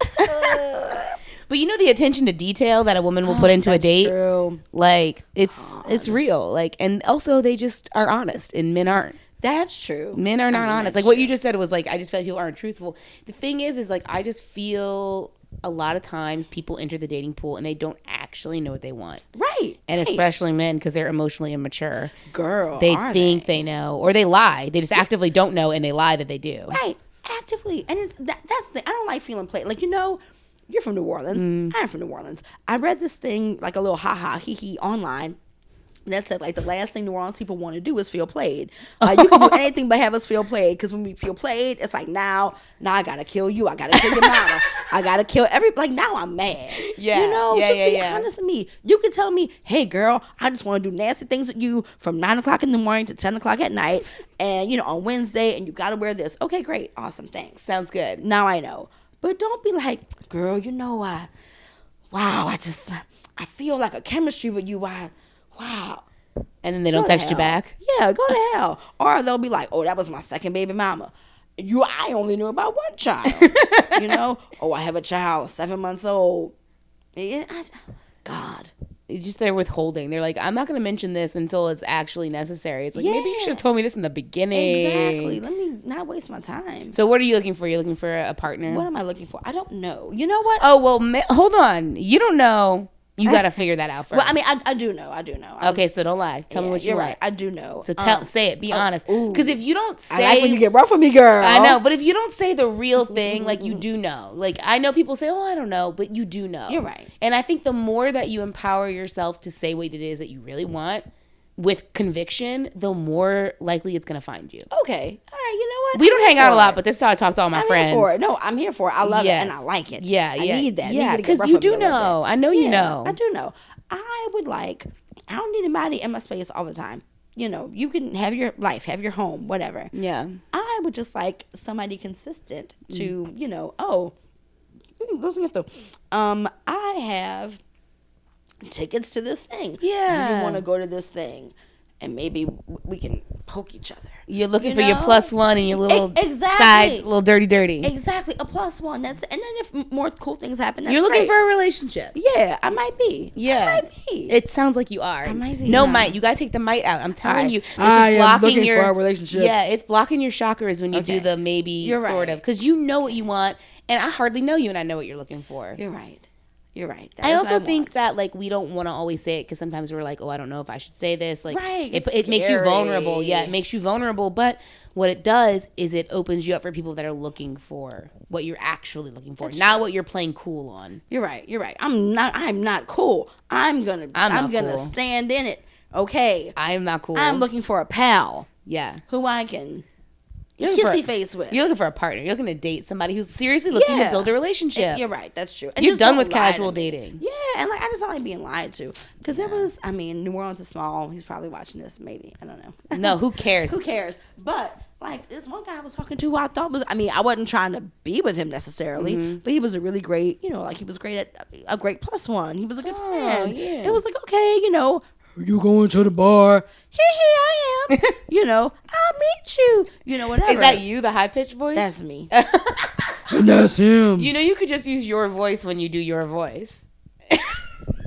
Speaker 1: But you know the attention to detail that a woman will put into a
Speaker 2: That's
Speaker 1: date?
Speaker 2: true.
Speaker 1: Like, it's it's real. Like, and also they just are honest, and men aren't.
Speaker 2: That's true.
Speaker 1: men are not
Speaker 2: mean,
Speaker 1: honest.
Speaker 2: that's
Speaker 1: Like what you just said was like I just feel people aren't truthful. The thing is, is like I just feel a lot of times people enter the dating pool and they don't actually know what they want,
Speaker 2: Right.
Speaker 1: and
Speaker 2: right.
Speaker 1: especially men because they're emotionally immature.
Speaker 2: girl.
Speaker 1: They
Speaker 2: are
Speaker 1: think they? know, or they lie. They just actively don't know, and they lie that they do.
Speaker 2: right actively, and it's that, that's the I don't like feeling played. Like you know, you're from New Orleans.
Speaker 1: Mm.
Speaker 2: I'm from New Orleans. I read this thing like a little ha ha hee hee online. That said, like the last thing New Orleans people want to do is feel played. Like you can do anything but have us feel played. Because when we feel played, it's like now, now I gotta kill you. I gotta kill your mama. I gotta kill every. Like now I'm mad.
Speaker 1: Yeah,
Speaker 2: you know,
Speaker 1: yeah,
Speaker 2: just
Speaker 1: yeah,
Speaker 2: be
Speaker 1: yeah.
Speaker 2: honest with me. You can tell me, hey girl, I just want to do nasty things with you from nine o'clock in the morning to ten o'clock at night, and you know on Wednesday, and you gotta wear this. Okay, great, awesome, thanks.
Speaker 1: Sounds good.
Speaker 2: Now I know, but don't be like, girl, you know I, wow, I just I feel like a chemistry with you. I, wow.
Speaker 1: And then they don't
Speaker 2: go to
Speaker 1: text you
Speaker 2: hell.
Speaker 1: back.
Speaker 2: Yeah, go to hell. Or they'll be like, oh, that was my second baby mama. You, I only knew about one child. you know, oh, I have a child, seven months old. Yeah, I- God.
Speaker 1: It's just they're withholding. They're like, I'm not going to mention this until it's actually necessary. It's like maybe you
Speaker 2: Yeah.
Speaker 1: should have told me this in the beginning.
Speaker 2: Exactly. Let me not waste my time.
Speaker 1: So what are you looking for? You're looking for a partner.
Speaker 2: What am I looking for? I don't know. You know what?
Speaker 1: Oh well, ma- hold on. You don't know. You got to figure that out first.
Speaker 2: well, I mean, I, I do know. I do know. I was-
Speaker 1: okay, so don't lie. Tell me
Speaker 2: yeah,
Speaker 1: what you
Speaker 2: you're
Speaker 1: want. Uh, oh,
Speaker 2: right. I do know. Um,
Speaker 1: So tell, say it. Be honest.
Speaker 2: ooh.
Speaker 1: Because if you don't say,
Speaker 2: I like when you get rough with me, girl.
Speaker 1: I
Speaker 2: Mm-hmm,
Speaker 1: know. But if you don't say the real thing, like you do know. Like I know people say, "Oh, I don't know," but you do know.
Speaker 2: You're right.
Speaker 1: And I think the more that you empower yourself to say what it is that you really want with conviction, the more likely it's gonna find you.
Speaker 2: Okay. All right. You know what?
Speaker 1: We
Speaker 2: I'm
Speaker 1: don't
Speaker 2: here
Speaker 1: hang out a
Speaker 2: for
Speaker 1: lot,
Speaker 2: it.
Speaker 1: but this is how I talk to all my
Speaker 2: I'm
Speaker 1: friends.
Speaker 2: here for it. No, I'm here for it. I love
Speaker 1: Yes.
Speaker 2: it and I like it.
Speaker 1: Yeah, yeah.
Speaker 2: I need that. I need
Speaker 1: Yeah,
Speaker 2: you to get
Speaker 1: because
Speaker 2: rough
Speaker 1: you
Speaker 2: with me
Speaker 1: do
Speaker 2: a little bit.
Speaker 1: know. I know you
Speaker 2: Yeah,
Speaker 1: know.
Speaker 2: I do know. I would like. I don't need anybody in my space all the time. You know, you can have your life, have your home, whatever.
Speaker 1: Yeah.
Speaker 2: I would just like somebody consistent
Speaker 1: Mm.
Speaker 2: to, you know, oh, mm, listen at the, um, I have tickets to this thing. Do
Speaker 1: Yeah.
Speaker 2: you want to go to this thing? and maybe w- we can poke each other.
Speaker 1: You're looking
Speaker 2: You
Speaker 1: for your
Speaker 2: know? E
Speaker 1: plus one and your little
Speaker 2: exactly.
Speaker 1: side, little dirty, dirty.
Speaker 2: Exactly, a plus one. That's and then if m- more cool things happen, that's
Speaker 1: You're looking
Speaker 2: great.
Speaker 1: for a relationship.
Speaker 2: Yeah, I might be.
Speaker 1: Yeah.
Speaker 2: I might be.
Speaker 1: It sounds like you are. I
Speaker 2: might be,
Speaker 1: no,
Speaker 2: yeah.
Speaker 1: might. You gotta take the might out. I'm telling
Speaker 2: I-
Speaker 1: you, this
Speaker 2: I
Speaker 1: is
Speaker 2: am
Speaker 1: blocking
Speaker 2: looking
Speaker 1: your
Speaker 2: for a relationship.
Speaker 1: Yeah, it's blocking your chakras when you do
Speaker 2: Okay.
Speaker 1: the maybe
Speaker 2: You're
Speaker 1: sort
Speaker 2: right.
Speaker 1: of because you know what you want, and I hardly know you, and I know what you're looking for.
Speaker 2: You're right. You're right. That
Speaker 1: I
Speaker 2: is
Speaker 1: also
Speaker 2: what
Speaker 1: think
Speaker 2: want.
Speaker 1: that like we don't want to always say it because sometimes we're like, oh, I don't know if I should say this. Like,
Speaker 2: Right,
Speaker 1: it,
Speaker 2: it's
Speaker 1: it makes you vulnerable.
Speaker 2: scary.
Speaker 1: Yeah, it makes you vulnerable. But what it does is it opens you up for people that are looking for what you're actually looking for, not what you're playing cool on.
Speaker 2: You're right. You're right. I'm not. I'm not cool. I'm gonna.
Speaker 1: I'm
Speaker 2: I'm,
Speaker 1: not
Speaker 2: gonna
Speaker 1: cool.
Speaker 2: stand in it. Okay.
Speaker 1: I am not cool.
Speaker 2: I'm looking for a pal
Speaker 1: yeah.
Speaker 2: who I can
Speaker 1: You're looking for-
Speaker 2: kissy face with.
Speaker 1: You're looking for a partner. You're looking to date somebody who's seriously looking to
Speaker 2: Yeah.
Speaker 1: build a relationship.
Speaker 2: You're right. That's true. And
Speaker 1: You're
Speaker 2: just
Speaker 1: done
Speaker 2: don't
Speaker 1: with
Speaker 2: lie to
Speaker 1: casual
Speaker 2: me.
Speaker 1: dating.
Speaker 2: Yeah, and like I just don't like being lied to because there was. I mean, New Orleans is small. He's probably watching this. Maybe I don't know.
Speaker 1: No, who cares?
Speaker 2: who cares? But like this one guy I was talking to, who I thought was. I mean, I wasn't trying to be with him necessarily,
Speaker 1: Mm-hmm.
Speaker 2: but he was a really great. You know, like he was great at a great plus one. He was a good friend.
Speaker 1: Oh, yeah.
Speaker 2: It was like okay, you know. Are you going to the bar? Yeah, I am. you know, I'll meet you. You know, whatever.
Speaker 1: Is that you, the high pitched voice?
Speaker 2: That's me.
Speaker 3: And that's him.
Speaker 1: you know, you could just use your voice when you do your voice.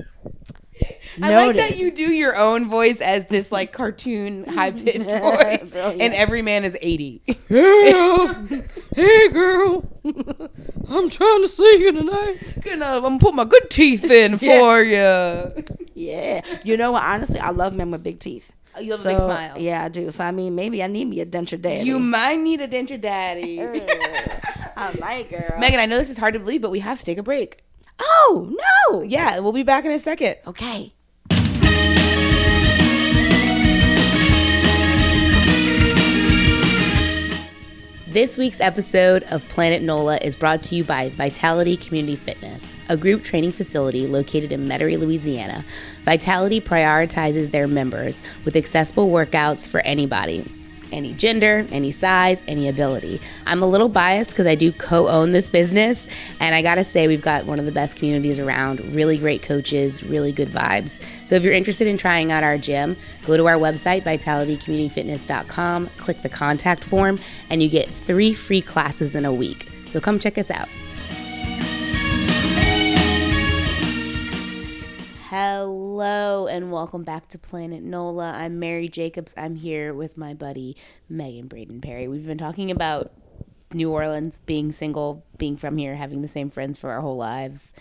Speaker 1: I like that
Speaker 2: Noted.
Speaker 1: you do your own voice as this like cartoon high pitched voice,
Speaker 2: Brilliant.
Speaker 1: and every man is eighty.
Speaker 3: Yeah. hey, girl. I'm trying to see you tonight.
Speaker 1: Gonna, I'm gonna put my good teeth in for you.
Speaker 2: Yeah. You know what? Honestly, I love men with big teeth.
Speaker 1: Oh, You love a big smile.
Speaker 2: Yeah, I do. So I mean, maybe I need me a denture daddy.
Speaker 1: You might need a denture daddy.
Speaker 2: I like girl.
Speaker 1: Megan, I know this is hard to believe, but we have to take a break.
Speaker 2: oh no.
Speaker 1: Yeah, we'll be back in a second.
Speaker 2: Okay.
Speaker 1: This week's episode of Planet NOLA is brought to you by Vitality Community Fitness, a group training facility located in Metairie, Louisiana. Vitality prioritizes their members with accessible workouts for anybody. Any gender, any size, any ability. I'm a little biased because I do co own this business, and I gotta say, we've got one of the best communities around, really great coaches, really good vibes. So if you're interested in trying out our gym, go to our website, vitalitycommunityfitness.com, click the contact form, and you get three free classes in a week. So come check us out. Hello and welcome back to Planet Nola. I'm Mary Jacobs. I'm here with my buddy Megan Braden Perry. We've been talking about New Orleans, being single, being from here, having the same friends for our whole lives,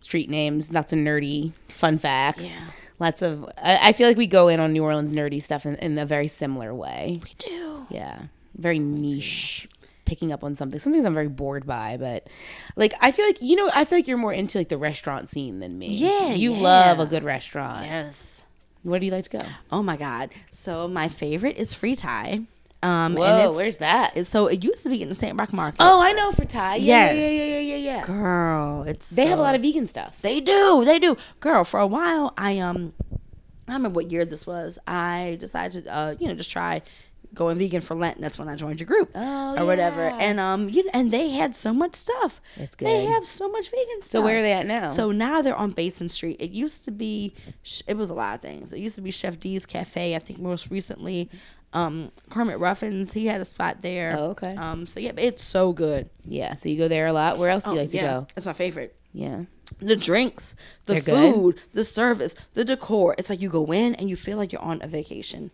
Speaker 1: street names, lots of nerdy fun facts.
Speaker 2: Yeah.
Speaker 1: Lots of, I, I feel like we go in on New Orleans nerdy stuff in, in a very similar way.
Speaker 2: We do.
Speaker 1: Yeah. Very niche. Picking up on something. Some things I'm very bored by, but like I feel like you know, I feel like you're more into like the restaurant scene than me.
Speaker 2: Yeah,
Speaker 1: You
Speaker 2: yeah.
Speaker 1: love a good restaurant.
Speaker 2: Yes.
Speaker 1: Where do you like to go?
Speaker 2: Oh my god. So my favorite is free Thai. Um
Speaker 1: Whoa,
Speaker 2: and it's,
Speaker 1: where's that?
Speaker 2: it's- so it used to be in the St. Rock Market.
Speaker 1: oh, I know for Thai. Yeah,
Speaker 2: Yes.
Speaker 1: yeah, yeah, yeah, yeah, yeah.
Speaker 2: girl, it's
Speaker 1: They have a lot of vegan stuff.
Speaker 2: They do. They do. Girl, for a while, I um, I remember what year this was. I decided to, uh, you know, just try going vegan for Lent. And that's when I joined your group
Speaker 1: Oh,
Speaker 2: or whatever.
Speaker 1: yeah.
Speaker 2: And um, you and they had so much stuff.
Speaker 1: That's
Speaker 2: They
Speaker 1: good.
Speaker 2: have so much vegan stuff.
Speaker 1: So where are they at now?
Speaker 2: So now they're on Basin Street. It used to be, sh- it was a lot of things. It used to be Chef D's Cafe. I think most recently, um, Kermit Ruffins. He had a spot there.
Speaker 1: Oh, okay.
Speaker 2: Um, so yeah, it's so good.
Speaker 1: yeah, so you go there a lot. Where else do you like to
Speaker 2: Oh, yeah,
Speaker 1: go?
Speaker 2: it's my favorite
Speaker 1: Yeah.
Speaker 2: the drinks, the
Speaker 1: They're good?
Speaker 2: food, the service, the decor. It's like you go in and you feel like you're on a vacation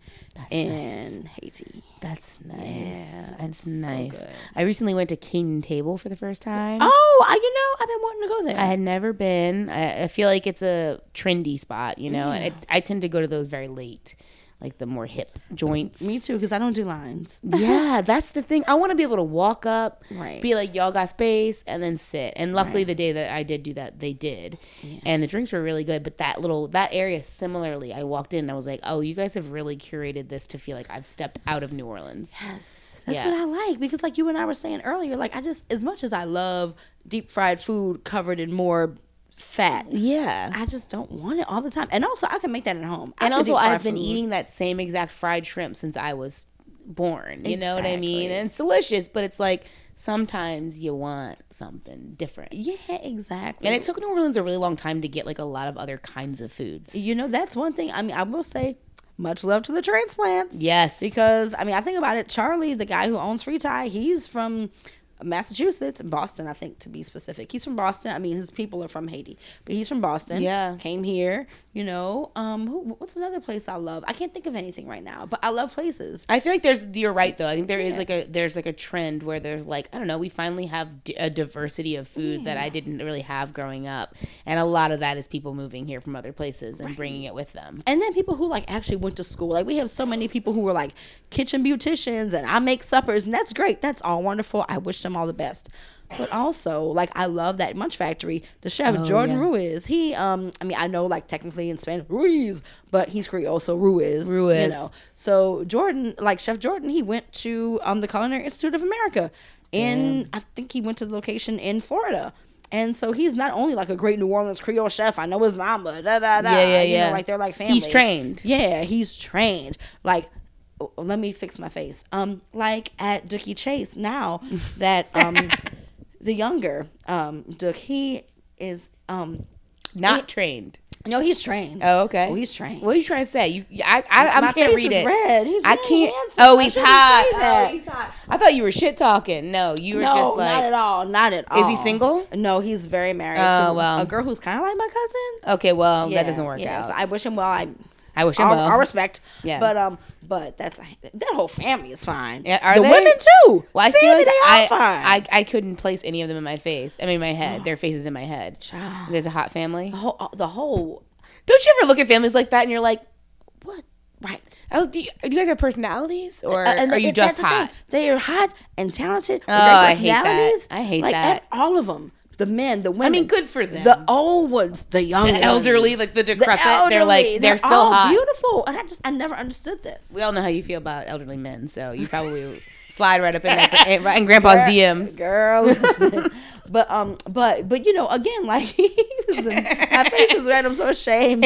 Speaker 2: in Haiti.
Speaker 1: That's nice. That's nice. I recently went to Cane Table for the first time.
Speaker 2: Oh, I, you know, I've been wanting to go there.
Speaker 1: I had never been. I, I feel like it's a trendy spot, you know. and It, I tend to go to those very late, like the more hip joints.
Speaker 2: Me too, because I don't do lines.
Speaker 1: yeah, that's the thing. I want to be able to walk up,
Speaker 2: Right.
Speaker 1: be like, y'all got space, and then sit. And luckily, the day that I did do that, they did. And the drinks were really good. But that little, that area, similarly, I walked in and I was like, oh, you guys have really curated this to feel like I've stepped out of New Orleans.
Speaker 2: Yes, that's
Speaker 1: Yeah.
Speaker 2: what I like because, like you and I were saying earlier, like I just as much as I love deep fried food covered in more fat,
Speaker 1: Yeah.
Speaker 2: I just don't want it all the time. And also, I can make that at home. I
Speaker 1: and
Speaker 2: can
Speaker 1: also
Speaker 2: deep fry
Speaker 1: I've been
Speaker 2: food.
Speaker 1: eating that same exact fried shrimp since I was born. You know what I mean?
Speaker 2: Exactly.
Speaker 1: And it's delicious, but it's like sometimes you want something different.
Speaker 2: Yeah, exactly.
Speaker 1: And it took New Orleans a really long time to get like a lot of other kinds of foods.
Speaker 2: You know, that's one thing. I mean, I will say much love to the transplants.
Speaker 1: Yes.
Speaker 2: Because I mean, I think about it. Charlie, the guy who owns Free Tie, he's from Massachusetts, Boston, I think, to be specific. He's from Boston. I mean, his people are from Haiti, but he's from Boston.
Speaker 1: Yeah.
Speaker 2: came here. You know, um, who, what's another place I love? I can't think of anything right now, but I love places.
Speaker 1: I feel like there's you're right though. I think there is like a there's like a trend where there's like I don't know, we finally have d- a diversity of food that I didn't really have growing up. And a lot of that is people moving here from other places and bringing it with them.
Speaker 2: and then people who like actually went to school like we have so many people who are like kitchen beauticians and i make suppers and that's great that's all wonderful i wish them all the best but also like i love that munch factory the chef jordan
Speaker 1: Oh, yeah.
Speaker 2: ruiz he um i mean i know like technically in spanish ruiz but he's creole so ruiz you
Speaker 1: Ruiz.
Speaker 2: know so jordan like chef jordan he went to um the culinary institute of america and i think he went to the location in florida and so he's not only like a great New Orleans Creole chef. I know his mama, da da da.
Speaker 1: Yeah, yeah,
Speaker 2: you know,
Speaker 1: yeah.
Speaker 2: like they're like family.
Speaker 1: He's trained.
Speaker 2: Yeah, he's trained. Like, oh, let me fix my face. Um, like at Dookie Chase now that um, the younger um Duke he is um
Speaker 1: Not trained.
Speaker 2: no he's trained.
Speaker 1: Oh, okay.
Speaker 2: Oh, he's trained.
Speaker 1: What are you trying to say? You I I, I
Speaker 2: My
Speaker 1: can't
Speaker 2: face
Speaker 1: read
Speaker 2: is
Speaker 1: it.
Speaker 2: red. He's
Speaker 1: I
Speaker 2: very
Speaker 1: can't.
Speaker 2: handsome.
Speaker 1: Oh,
Speaker 2: I
Speaker 1: he's
Speaker 2: shouldn't say
Speaker 1: hot. Oh,
Speaker 2: that.
Speaker 1: he's hot. I thought you were shit talking. No, you were
Speaker 2: no,
Speaker 1: just like
Speaker 2: not at all. Not at all.
Speaker 1: Is he single?
Speaker 2: No, he's very married
Speaker 1: Oh,
Speaker 2: to
Speaker 1: well.
Speaker 2: a girl who's kind of like my cousin.
Speaker 1: Okay, well,
Speaker 2: Yeah,
Speaker 1: that doesn't work
Speaker 2: yeah,
Speaker 1: out.
Speaker 2: So I wish him well. I
Speaker 1: I wish him
Speaker 2: all,
Speaker 1: well.
Speaker 2: all respect.
Speaker 1: Yeah.
Speaker 2: But um, but that's that whole family is fine.
Speaker 1: Yeah, are
Speaker 2: the
Speaker 1: they?
Speaker 2: women too.
Speaker 1: Well, I
Speaker 2: Baby,
Speaker 1: feel like
Speaker 2: they all
Speaker 1: I,
Speaker 2: fine.
Speaker 1: I I couldn't place any of them in my face. I mean, my head. Their faces in my head.
Speaker 2: Child. Oh.
Speaker 1: There's a hot family.
Speaker 2: the whole, uh, the whole
Speaker 1: Don't you ever look at families like that and you're like,
Speaker 2: what right.
Speaker 1: oh, do, you, do you guys have personalities or
Speaker 2: Uh, and
Speaker 1: are
Speaker 2: th-
Speaker 1: you
Speaker 2: th-
Speaker 1: just
Speaker 2: that's the thing.
Speaker 1: hot?
Speaker 2: They are hot and talented. with
Speaker 1: Oh,
Speaker 2: their
Speaker 1: I hate that.
Speaker 2: personalities.
Speaker 1: I hate
Speaker 2: like,
Speaker 1: that.
Speaker 2: ev- all of them. The men, the women.
Speaker 1: mean, good for them.
Speaker 2: The old ones, the young,
Speaker 1: The elderly,
Speaker 2: ones,
Speaker 1: like the decrepit, they're like-
Speaker 2: elderly,
Speaker 1: they're still
Speaker 2: all
Speaker 1: hot.
Speaker 2: beautiful. And I just, I never understood this.
Speaker 1: We all know how you feel about elderly men, so you probably slide right up in, that, in, in Grandpa's DMs.
Speaker 2: girl. listen. but um, but but you know, again, like listen, my face is red. I'm so ashamed.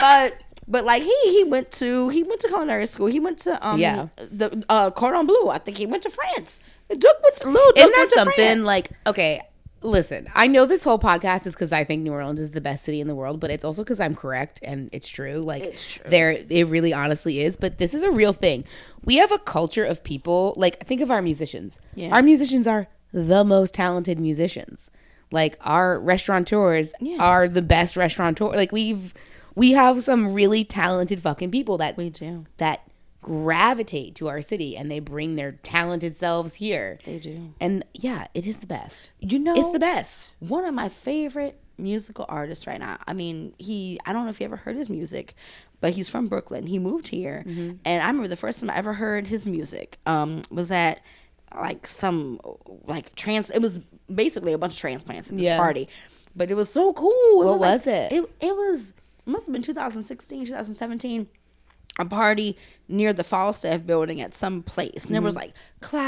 Speaker 2: but but like he he went to he went to culinary school. He went to um
Speaker 1: Yeah.
Speaker 2: the uh, cordon bleu. I think he went to France. Duke went to Lou. Duke
Speaker 1: Isn't that
Speaker 2: went to
Speaker 1: something
Speaker 2: France.
Speaker 1: like okay? Listen, I know this whole podcast is because I think New Orleans is the best city in the world, but it's also because I'm correct and it's true. Like there, it really honestly is. But this is a real thing. We have a culture of people. Like think of our musicians.
Speaker 2: Yeah.
Speaker 1: Our musicians are the most talented musicians. Like our restaurateurs are the best restaurateur. Like we've we have some really talented fucking people that we
Speaker 2: do.
Speaker 1: that gravitate to our city and they bring their talented selves here. They
Speaker 2: do.
Speaker 1: And yeah, it is the best.
Speaker 2: you know
Speaker 1: It's the best.
Speaker 2: one of my favorite musical artists right now. I mean, he I don't know if you ever heard his music, but he's from Brooklyn. He moved here,
Speaker 1: Mm-hmm.
Speaker 2: and I remember the first time I ever heard his music um, was at like some like trans. It was basically a bunch of transplants at this
Speaker 1: Yeah.
Speaker 2: party, but it was so cool. It
Speaker 1: What
Speaker 2: like-
Speaker 1: was it?
Speaker 2: It it was it must have been 2016, 2017 a party near the Falstaff building at some place. And there
Speaker 1: Mm-hmm.
Speaker 2: was like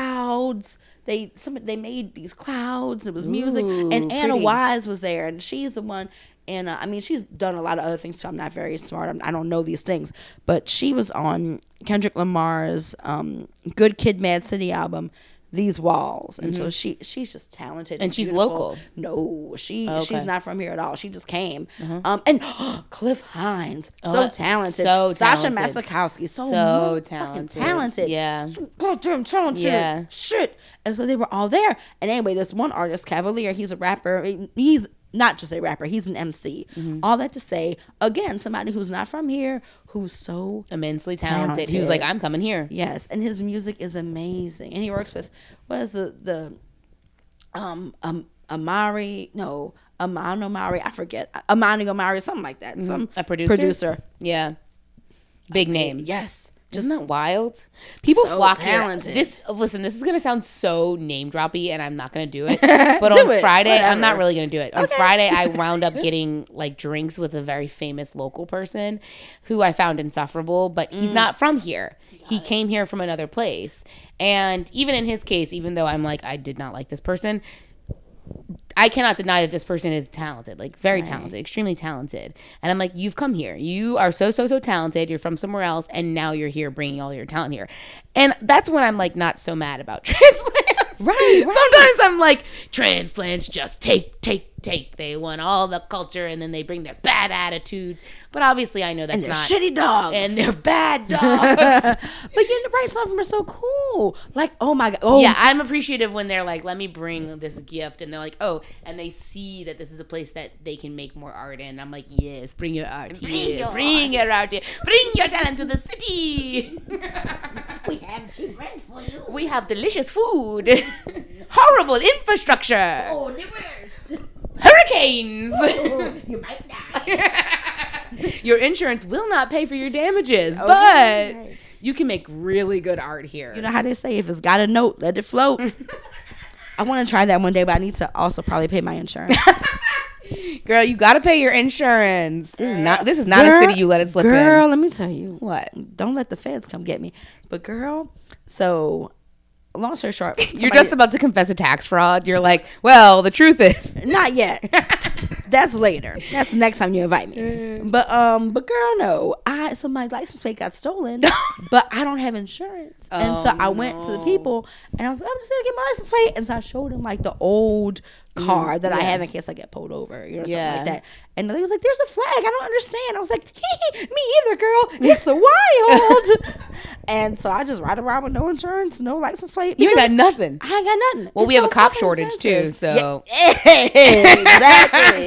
Speaker 2: clouds. They some they made these clouds. It was music.
Speaker 1: Ooh,
Speaker 2: And Anna
Speaker 1: pretty.
Speaker 2: Wise was there and she's the one and uh, I mean she's done a lot of other things too. I'm not very smart. I'm, I don't know these things. But she was on Kendrick Lamar's um, Good Kid Mad City album. These walls, and so she she's just talented, and,
Speaker 1: Mm-hmm. she's
Speaker 2: beautiful.
Speaker 1: local. Oh,
Speaker 2: No, she she's
Speaker 1: okay. Uh-huh.
Speaker 2: not from here at all. She just came. Um, and Cliff Hines, so
Speaker 1: Oh,
Speaker 2: talented,
Speaker 1: so
Speaker 2: Sasha
Speaker 1: talented.
Speaker 2: Masakowski, so
Speaker 1: So
Speaker 2: so talented.
Speaker 1: talented.
Speaker 2: talented.
Speaker 1: Yeah.
Speaker 2: So goddamn talented.
Speaker 1: Yeah.
Speaker 2: Shit. And so they were all there. And anyway, this one artist, Cavalier, he's a rapper. He's not just a rapper, he's an MC.
Speaker 1: Mm-hmm.
Speaker 2: All that to say, again, somebody who's not from here, who's so
Speaker 1: Immensely talented. He was
Speaker 2: Talented.
Speaker 1: like, I'm coming here.
Speaker 2: Yes, and his music is amazing. And he works with what is the the um um Amari, no, Aman Omari, I forget. Amani Omari, something like that. Some
Speaker 1: Mm-hmm. A producer?
Speaker 2: Producer.
Speaker 1: Yeah. Big name.
Speaker 2: Yes.
Speaker 1: Isn't that wild? People
Speaker 2: So
Speaker 1: flock
Speaker 2: talented.
Speaker 1: here. This listen, this is gonna sound so name droppy, and I'm not gonna do it. But on
Speaker 2: it.
Speaker 1: Friday, I'm not
Speaker 2: Whatever.
Speaker 1: really gonna do it. On Friday, I wound up getting like drinks with a very famous local person, who I found insufferable. But
Speaker 2: Mm.
Speaker 1: he's not from here. He came here from another place. And even in his case, even though I'm like I did not like this person, I cannot deny that this person is talented, like very talented, extremely talented. And I'm like, you've come here. You are so, so, so talented. You're from somewhere else. And now you're here bringing all your talent here. And that's when I'm like, not so mad about transplants.
Speaker 2: Right, right.
Speaker 1: Sometimes I'm like, transplants just take, take, take. They want all the culture and then they bring their bad attitudes. But obviously, I know that's
Speaker 2: They're
Speaker 1: not.
Speaker 2: shitty dogs.
Speaker 1: and they're bad dogs.
Speaker 2: but you know, right, some of them are so cool. Like, oh my god, oh
Speaker 1: yeah, I'm appreciative when they're like, let me bring this gift. And they're like, oh, and they see that this is a place that they can make more art in. I'm like, yes, bring your art bring here.
Speaker 2: your
Speaker 1: bring your art here. Bring your talent to the city.
Speaker 2: we have cheap rent for you.
Speaker 1: we have delicious food, horrible infrastructure,
Speaker 2: Oh, the worst. Oh,
Speaker 1: hurricanes.
Speaker 2: you might die.
Speaker 1: your insurance will not pay for your damages,
Speaker 2: Oh,
Speaker 1: but you can make really good art here.
Speaker 2: You know how they say if it's got a note, let it float. I want to try that one day, but I need to also probably pay my insurance.
Speaker 1: Girl, you gotta pay your insurance. This is not this is not a city you let it slip
Speaker 2: girl, let me tell you.
Speaker 1: What?
Speaker 2: Don't let the feds come get me. But girl, so long story short,
Speaker 1: You're
Speaker 2: somebody-
Speaker 1: just about to confess a tax fraud. You're like, well, the truth is,
Speaker 2: not yet. That's later. That's the next time you invite me.
Speaker 1: Mm.
Speaker 2: But um, but girl, no. I so my license plate got stolen, but I don't have insurance, and
Speaker 1: Oh,
Speaker 2: so I went to the people and I was like, I'm just gonna get my license plate, and so I showed them like the old car that I have in case I get pulled over, you know, something
Speaker 1: Mm, Yeah.
Speaker 2: like that. And they was like, "There's a flag. I don't understand." I was like, "Hee hee, "Me either, girl. It's a wild." and so I just ride around with no insurance, no license plate.
Speaker 1: you ain't
Speaker 2: because
Speaker 1: got nothing.
Speaker 2: I ain't got nothing.
Speaker 1: Well, we
Speaker 2: It's
Speaker 1: have a
Speaker 2: so
Speaker 1: cop
Speaker 2: fucking
Speaker 1: shortage too,
Speaker 2: expensive.
Speaker 1: so.
Speaker 2: exactly.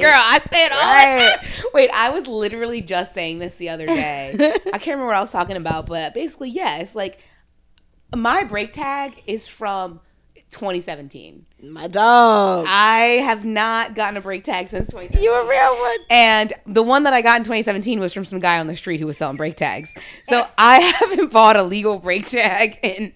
Speaker 1: Girl, I say it all
Speaker 2: Right.
Speaker 1: the time. Wait, I was literally just saying this the other day. I can't remember what I was talking about, but basically, yeah, it's like my break tag is from 2017.
Speaker 2: My dog.
Speaker 1: I have not gotten a break tag since 2017.
Speaker 2: You a real one.
Speaker 1: And the one that I got in 2017 was from some guy on the street who was selling break tags. So I haven't bought a legal break tag in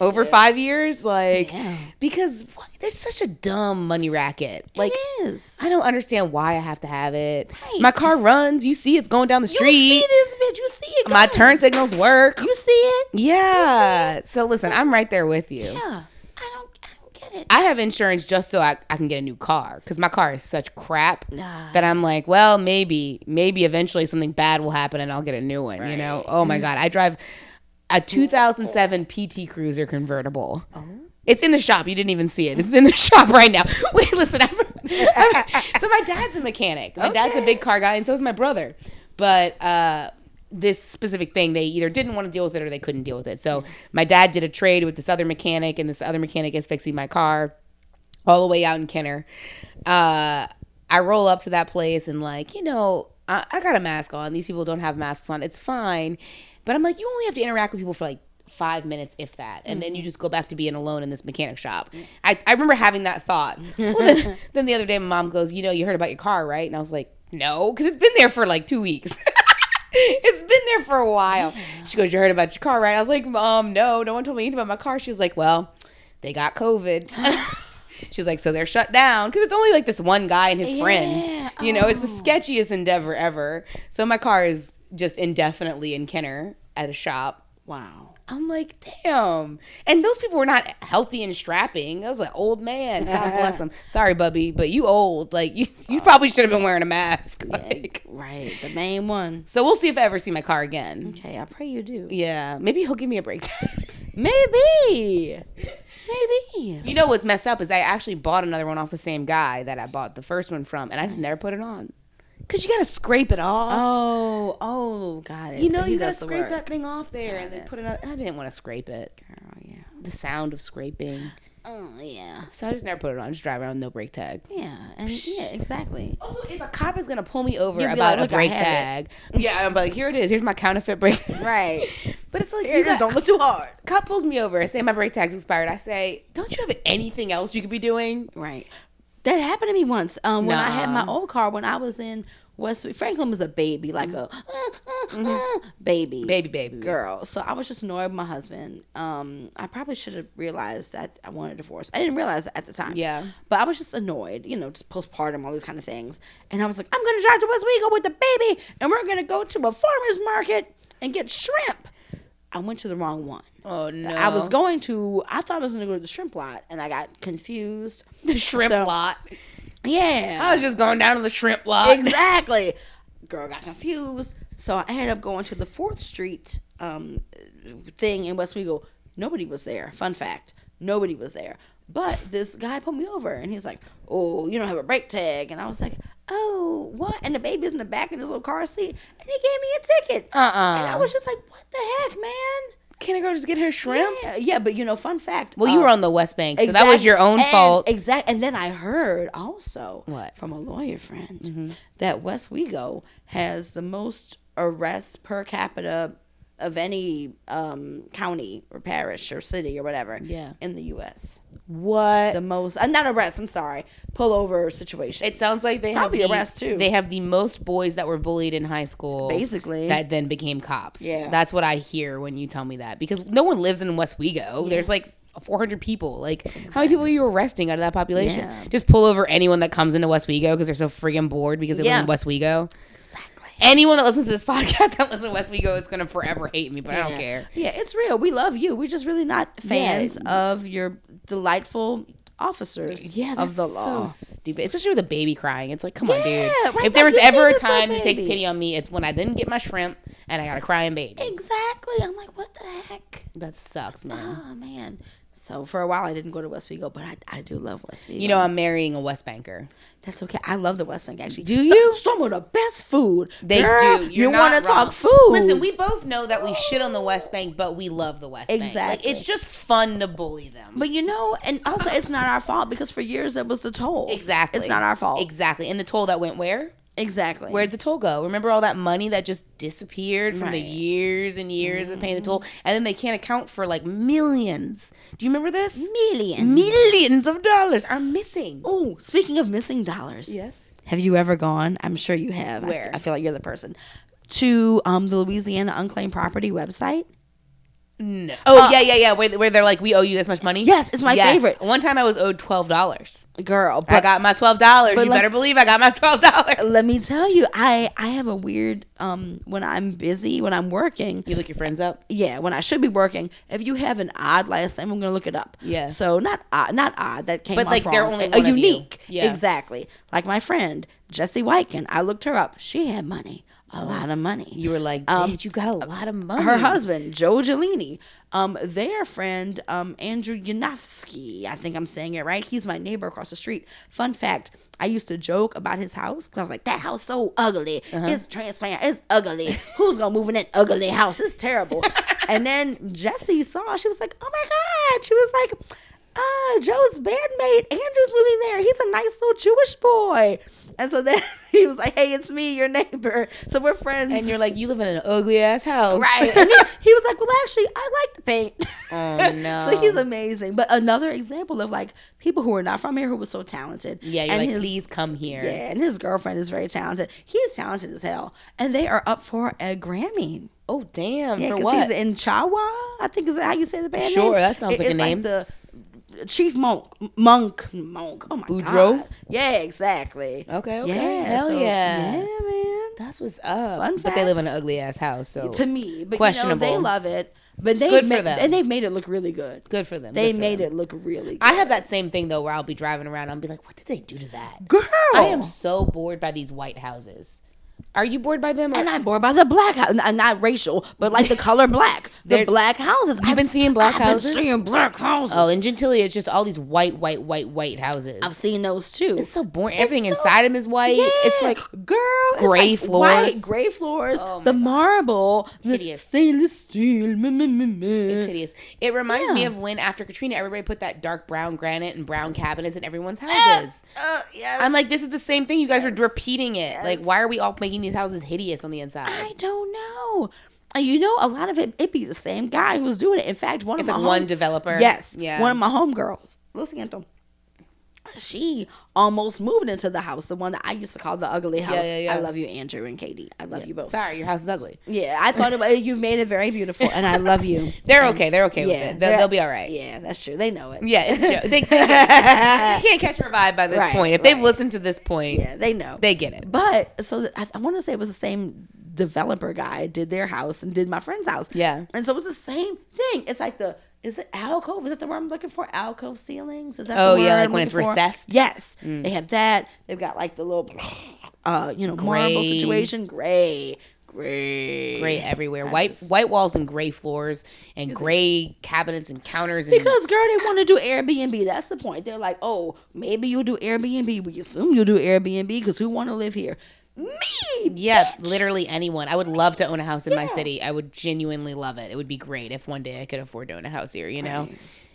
Speaker 1: over five years. Like,
Speaker 2: Yeah.
Speaker 1: because what, there's such a dumb money racket. Like,
Speaker 2: it is.
Speaker 1: I don't understand why I have to have it.
Speaker 2: Right.
Speaker 1: My car runs. You see it's going down the
Speaker 2: You see
Speaker 1: street.
Speaker 2: this bitch. You see it.
Speaker 1: My
Speaker 2: going.
Speaker 1: turn signals work.
Speaker 2: You see it.
Speaker 1: yeah. So listen, I'm right there with you.
Speaker 2: Yeah. I don't. I don't get it.
Speaker 1: I have insurance just so I, I can get a new car because my car is such crap
Speaker 2: Nah.
Speaker 1: that I'm like, well, maybe, maybe eventually something bad will happen and I'll get a new one, you know? Oh my God. I drive a 2007 PT Cruiser convertible. It's in the shop. You didn't even see it. It's in the shop right now. Wait, listen. I'm, I'm- so my dad's a mechanic. My dad's a big car guy, and so is my brother. But uh, this specific thing, they either didn't want to deal with it or they couldn't deal with it. So my dad did a trade with this other mechanic, and this other mechanic is fixing my car all the way out in Kenner. Uh, I roll up to that place and like, you know, I, I got a mask on. These people don't have masks on. It's fine, but I'm like, you only have to interact with people for like five minutes, if that, and then you just go back to being alone in this mechanic shop. I, I remember having that thought. Well, then, then the other day, my mom goes, you know, you heard about your car, right? And I was like, no, because it's been there for like two weeks. it's been there for a while. She goes, You heard about your car, right? I was like, Mom, no, no one told me anything about my car. She was like, Well, they got COVID. she was like, So they're shut down. Cause it's only like this one guy and his friend.
Speaker 2: Yeah.
Speaker 1: You know, it's the sketchiest endeavor ever. So my car is just indefinitely in Kenner at a shop.
Speaker 2: wow.
Speaker 1: I'm like, damn. And those people were not healthy and strapping. I was like, old man. God bless him. Sorry, Bubby, but you old. Like you, you probably should have been wearing a mask. Like,
Speaker 2: Right. The main one.
Speaker 1: so we'll see if I ever see my car again.
Speaker 2: Okay. I pray you do.
Speaker 1: Yeah, maybe he'll give me a break.
Speaker 2: Maybe. Maybe.
Speaker 1: you know what's messed up is I actually bought another one off the same guy that I bought the first one from, and I just never put it on. Cause you gotta scrape it off.
Speaker 2: Oh. Oh. Got it.
Speaker 1: you
Speaker 2: So
Speaker 1: know
Speaker 2: he
Speaker 1: you gotta
Speaker 2: does the
Speaker 1: scrape
Speaker 2: work.
Speaker 1: that thing off there and then put it on. I didn't want to scrape it.
Speaker 2: Girl, Oh, yeah.
Speaker 1: The sound of scraping.
Speaker 2: Oh yeah.
Speaker 1: So I just never put it on. Just drive around with no brake tag.
Speaker 2: Yeah. And yeah. Exactly.
Speaker 1: Also, if a cop is gonna pull me over
Speaker 2: You'd be
Speaker 1: about
Speaker 2: like, "Look,
Speaker 1: a
Speaker 2: I
Speaker 1: brake
Speaker 2: had
Speaker 1: tag, yeah, I'm like, here it is. Here's my counterfeit brake.
Speaker 2: Right.
Speaker 1: But it's like
Speaker 2: Here,
Speaker 1: you guys
Speaker 2: just don't look too hard.
Speaker 1: Cop pulls me over. I say my brake tag's expired. I say, don't you have anything else you could be doing?
Speaker 2: Right. That happened to me once. Um, when I had my
Speaker 1: Nah.
Speaker 2: old car, when I was in West Franklin was a baby, like a uh, uh, uh, baby,
Speaker 1: Mm-hmm. Baby, baby.
Speaker 2: girl. So I was just annoyed with my husband. Um, I probably should have realized that I wanted a divorce. I didn't realize it at the time.
Speaker 1: Yeah.
Speaker 2: But I was just annoyed, you know, just postpartum, all these kind of things. And I was like, I'm gonna drive to West Wego with the baby, and we're gonna go to a farmer's market and get shrimp. I went to the wrong one.
Speaker 1: Oh no!
Speaker 2: I was going to. I thought I was going to go to the shrimp lot, and I got confused.
Speaker 1: the shrimp
Speaker 2: So-
Speaker 1: lot.
Speaker 2: Yeah.
Speaker 1: I was just going down to the shrimp lot.
Speaker 2: Oh, exactly. Girl got confused, so I ended up going to the Fourth Street um, thing in West Wego. Nobody was there. Fun fact: nobody was there. But this guy put me over and he was like, Oh, you don't have a brake tag. And I was like, Oh, what? And the baby's in the back in his little car seat. And he gave me a ticket.
Speaker 1: Uh-uh.
Speaker 2: And I was just like, What the heck, man?
Speaker 1: Can I go just get her shrimp?
Speaker 2: Yeah, yeah, but you know, fun fact.
Speaker 1: Well, you
Speaker 2: um,
Speaker 1: were on the West Bank, so that was your own fault.
Speaker 2: Exactly. And then I heard also
Speaker 1: What? Mm-hmm.
Speaker 2: from a lawyer friend that West Wego has the most arrests per capita of any um, county or parish or city or whatever
Speaker 1: Yeah.
Speaker 2: in the U.S.
Speaker 1: What?
Speaker 2: The most, uh, not arrests. I'm sorry, pullover situation.
Speaker 1: It sounds like they have
Speaker 2: probably
Speaker 1: the,
Speaker 2: arrest too.
Speaker 1: They have the most boys that were bullied in high school,
Speaker 2: Basically.
Speaker 1: that then became cops.
Speaker 2: Yeah.
Speaker 1: that's what I hear when you tell me that because no one lives in West Wego. There's like 400 people. Like, how many people are you arresting out of that population?
Speaker 2: Yeah.
Speaker 1: Just pull over anyone that comes into West Wego because they're so friggin' bored because they live
Speaker 2: Yeah.
Speaker 1: in West Wego.
Speaker 2: exactly.
Speaker 1: Anyone that listens to this podcast that lives in West Wego is gonna forever hate me, but I don't care.
Speaker 2: Yeah, it's real. We love you. We're just really not fans of your delightful officers
Speaker 1: Yeah, that's
Speaker 2: of the
Speaker 1: so
Speaker 2: law.
Speaker 1: stupid. Especially with a baby crying. It's like, come on,
Speaker 2: Yeah,
Speaker 1: dude.
Speaker 2: right,
Speaker 1: if there
Speaker 2: like,
Speaker 1: was
Speaker 2: you
Speaker 1: ever a
Speaker 2: saved this little
Speaker 1: time to take
Speaker 2: baby.
Speaker 1: pity on me, it's when I didn't get my shrimp and I got a crying baby.
Speaker 2: Exactly. I'm like, what the heck?
Speaker 1: That sucks, man.
Speaker 2: Oh man. So for a while, I didn't go to West Wego, but I, I do love West Wego.
Speaker 1: You know, I'm marrying a West Banker.
Speaker 2: that's okay. I love the West Bank actually.
Speaker 1: Do
Speaker 2: Some-
Speaker 1: you?
Speaker 2: Some of the best food.
Speaker 1: They
Speaker 2: Girl,
Speaker 1: do. You're
Speaker 2: you
Speaker 1: not
Speaker 2: want to
Speaker 1: wrong.
Speaker 2: talk food?
Speaker 1: Listen, we both know that we shit on the West Bank, but we love the West Bank. Like,
Speaker 2: Exactly.
Speaker 1: it's just fun to bully them.
Speaker 2: But you know, and also it's not our fault because for years it was the toll.
Speaker 1: exactly.
Speaker 2: It's not our fault.
Speaker 1: Exactly. And the toll that went where?
Speaker 2: exactly.
Speaker 1: Where'd the toll go? Remember all that money that just disappeared from the
Speaker 2: Right. Mm-hmm.
Speaker 1: years and years of paying the toll? And then they can't account for like millions. Do you remember this?
Speaker 2: million.
Speaker 1: Millions of dollars are missing.
Speaker 2: Oh, speaking of missing dollars.
Speaker 1: Yes.
Speaker 2: Have you ever gone? I'm sure you have. I f-
Speaker 1: Where?
Speaker 2: I, feel like you're the person. To um, the Louisiana Unclaimed Property website.
Speaker 1: No. Oh, yeah, yeah, yeah. Where, where they're like, we owe you this much money?
Speaker 2: Yes, it's my favorite.
Speaker 1: One time I was owed $12.
Speaker 2: Girl,
Speaker 1: I
Speaker 2: but
Speaker 1: got my twelve dollars. You
Speaker 2: let-
Speaker 1: better believe I got my twelve dollars.
Speaker 2: let me tell you, I I have a weird um when I'm busy, when I'm working.
Speaker 1: You look your friends up.
Speaker 2: Yeah, when I should be working. If you have an odd last name, I'm gonna look it up.
Speaker 1: Yeah.
Speaker 2: So not odd, not odd. That came.
Speaker 1: But,
Speaker 2: off
Speaker 1: like, they're
Speaker 2: wrong.
Speaker 1: only
Speaker 2: a
Speaker 1: one of you.
Speaker 2: unique.
Speaker 1: Yeah.
Speaker 2: Exactly. Like my friend Jesse Wyken. I looked her up. She had money, a lot of money.
Speaker 1: Oh. You were like, bitch, you got a lot of money.
Speaker 2: Um, uh, her husband Joe Gelini, um, their friend um, Andrew Yanofsky. I think I'm saying it right. He's my neighbor across the street. Fun fact: I used to joke about his house because I was like, "That house so ugly.
Speaker 1: Uh-huh.
Speaker 2: It's transplant. It's ugly. Who's gonna move in that ugly house? It's terrible." and then Jesse saw. She was like, "Oh my god!" She was like. Uh, Joe's bandmate Andrew's moving there. He's a nice little Jewish boy. And so then he was like, Hey, it's me, your neighbor. So we're friends.
Speaker 1: and you're like, you live in an ugly ass house,
Speaker 2: Right. And he, he was like, Well, actually, I like the paint.
Speaker 1: Oh, no.
Speaker 2: so he's amazing. But another example of like people who are not from here who were so talented.
Speaker 1: yeah, you're
Speaker 2: And
Speaker 1: like,
Speaker 2: his-
Speaker 1: please come here.
Speaker 2: Yeah, and his girlfriend is very talented. He's talented as hell. And they are up for a Grammy.
Speaker 1: Oh, damn.
Speaker 2: Yeah,
Speaker 1: for
Speaker 2: because he's
Speaker 1: what?
Speaker 2: in Chawa, I think is how you say the band name.
Speaker 1: Sure, that sounds
Speaker 2: It-
Speaker 1: like a
Speaker 2: it's
Speaker 1: name.
Speaker 2: Like the Chief Monk, Monk, Monk. Oh my
Speaker 1: Boudreaux?
Speaker 2: god. Yeah, exactly.
Speaker 1: Okay, okay. Hell yeah.
Speaker 2: Yeah, man.
Speaker 1: That's what's up.
Speaker 2: Fun
Speaker 1: But they live in
Speaker 2: fact.
Speaker 1: an ugly ass house, so
Speaker 2: to me, but
Speaker 1: Questionable.
Speaker 2: you know they love it. But they
Speaker 1: Good for
Speaker 2: ma-
Speaker 1: them.
Speaker 2: and they've made it look really good.
Speaker 1: good for them.
Speaker 2: They
Speaker 1: good for
Speaker 2: made
Speaker 1: them.
Speaker 2: it look really. good.
Speaker 1: I have that same thing though, where I'll be driving around, I'll be like, what did they do to that?
Speaker 2: girl.
Speaker 1: I am so bored by these white houses. Are you bored by them? Or
Speaker 2: and I'm bored by the black house, not, not racial, but like the color black, the
Speaker 1: They're-
Speaker 2: black houses. I've
Speaker 1: been seeing black
Speaker 2: I've
Speaker 1: houses?
Speaker 2: Been seeing black houses.
Speaker 1: oh, in Gentilly, it's just all these white, white, white, white houses.
Speaker 2: I've seen those too.
Speaker 1: It's so boring. Everything
Speaker 2: so-
Speaker 1: inside him is white. It's
Speaker 2: Yeah,
Speaker 1: like
Speaker 2: girl, it's
Speaker 1: gray
Speaker 2: like
Speaker 1: floors. Oh
Speaker 2: white, gray floors, the marble, the
Speaker 1: Hideous.
Speaker 2: stainless steel. meh, meh, meh, meh.
Speaker 1: it's hideous. It reminds me
Speaker 2: Yeah.
Speaker 1: of when after Katrina, everybody put that dark brown granite and brown cabinets in everyone's houses.
Speaker 2: Uh, yes.
Speaker 1: I'm like, this is the same thing. You guys are repeating it. Like, why are we all making these houses hideous on the inside?
Speaker 2: I don't know. Uh, You know, a lot of it it be the same guy who was doing it. In fact, one
Speaker 1: it's
Speaker 2: of
Speaker 1: like
Speaker 2: my
Speaker 1: one
Speaker 2: home-
Speaker 1: developer.
Speaker 2: Yes,
Speaker 1: Yeah.
Speaker 2: one of my homegirls. Listen at them. She almost moved into the house, the one that I used to call the ugly house.
Speaker 1: yeah, yeah.
Speaker 2: I love you, Andrew and Katie. I love you both.
Speaker 1: Sorry, your house is ugly.
Speaker 2: Yeah, I thought about You've made it very beautiful, and I love you.
Speaker 1: They're okay. They're okay with
Speaker 2: Yeah,
Speaker 1: it. They'll,
Speaker 2: they're-
Speaker 1: they'll be all right. Yeah.
Speaker 2: Yeah, that's true. They know it.
Speaker 1: it's a joke. They, they can't they can't catch your vibe by this
Speaker 2: Right,
Speaker 1: point. If they've
Speaker 2: right.
Speaker 1: listened to this point,
Speaker 2: Yeah, they know.
Speaker 1: they get it.
Speaker 2: But so th- I, I want to say it was the same developer guy did their house and did my friend's house.
Speaker 1: Yeah.
Speaker 2: and so it was the same thing. It's like the is it alcove? Is that the word I'm looking for? Alcove ceilings? Is that
Speaker 1: Oh,
Speaker 2: the
Speaker 1: yeah,
Speaker 2: word
Speaker 1: like
Speaker 2: I'm
Speaker 1: when it's
Speaker 2: looking for?
Speaker 1: recessed? Mm.
Speaker 2: Yes, they have that. They've got like the little, uh, you know, marble
Speaker 1: Gray.
Speaker 2: situation, gray. Great.
Speaker 1: gray everywhere. White white walls and gray floors and gray cabinets and counters and
Speaker 2: Because girl, they want to do Airbnb. That's the point. They're like, oh, maybe you'll do Airbnb. We assume you'll do Airbnb because who want to live here? Me.
Speaker 1: yeah, literally anyone. I would love to own a house in my city. I would genuinely love it. It would be great if one day I could afford to own a house here, you know.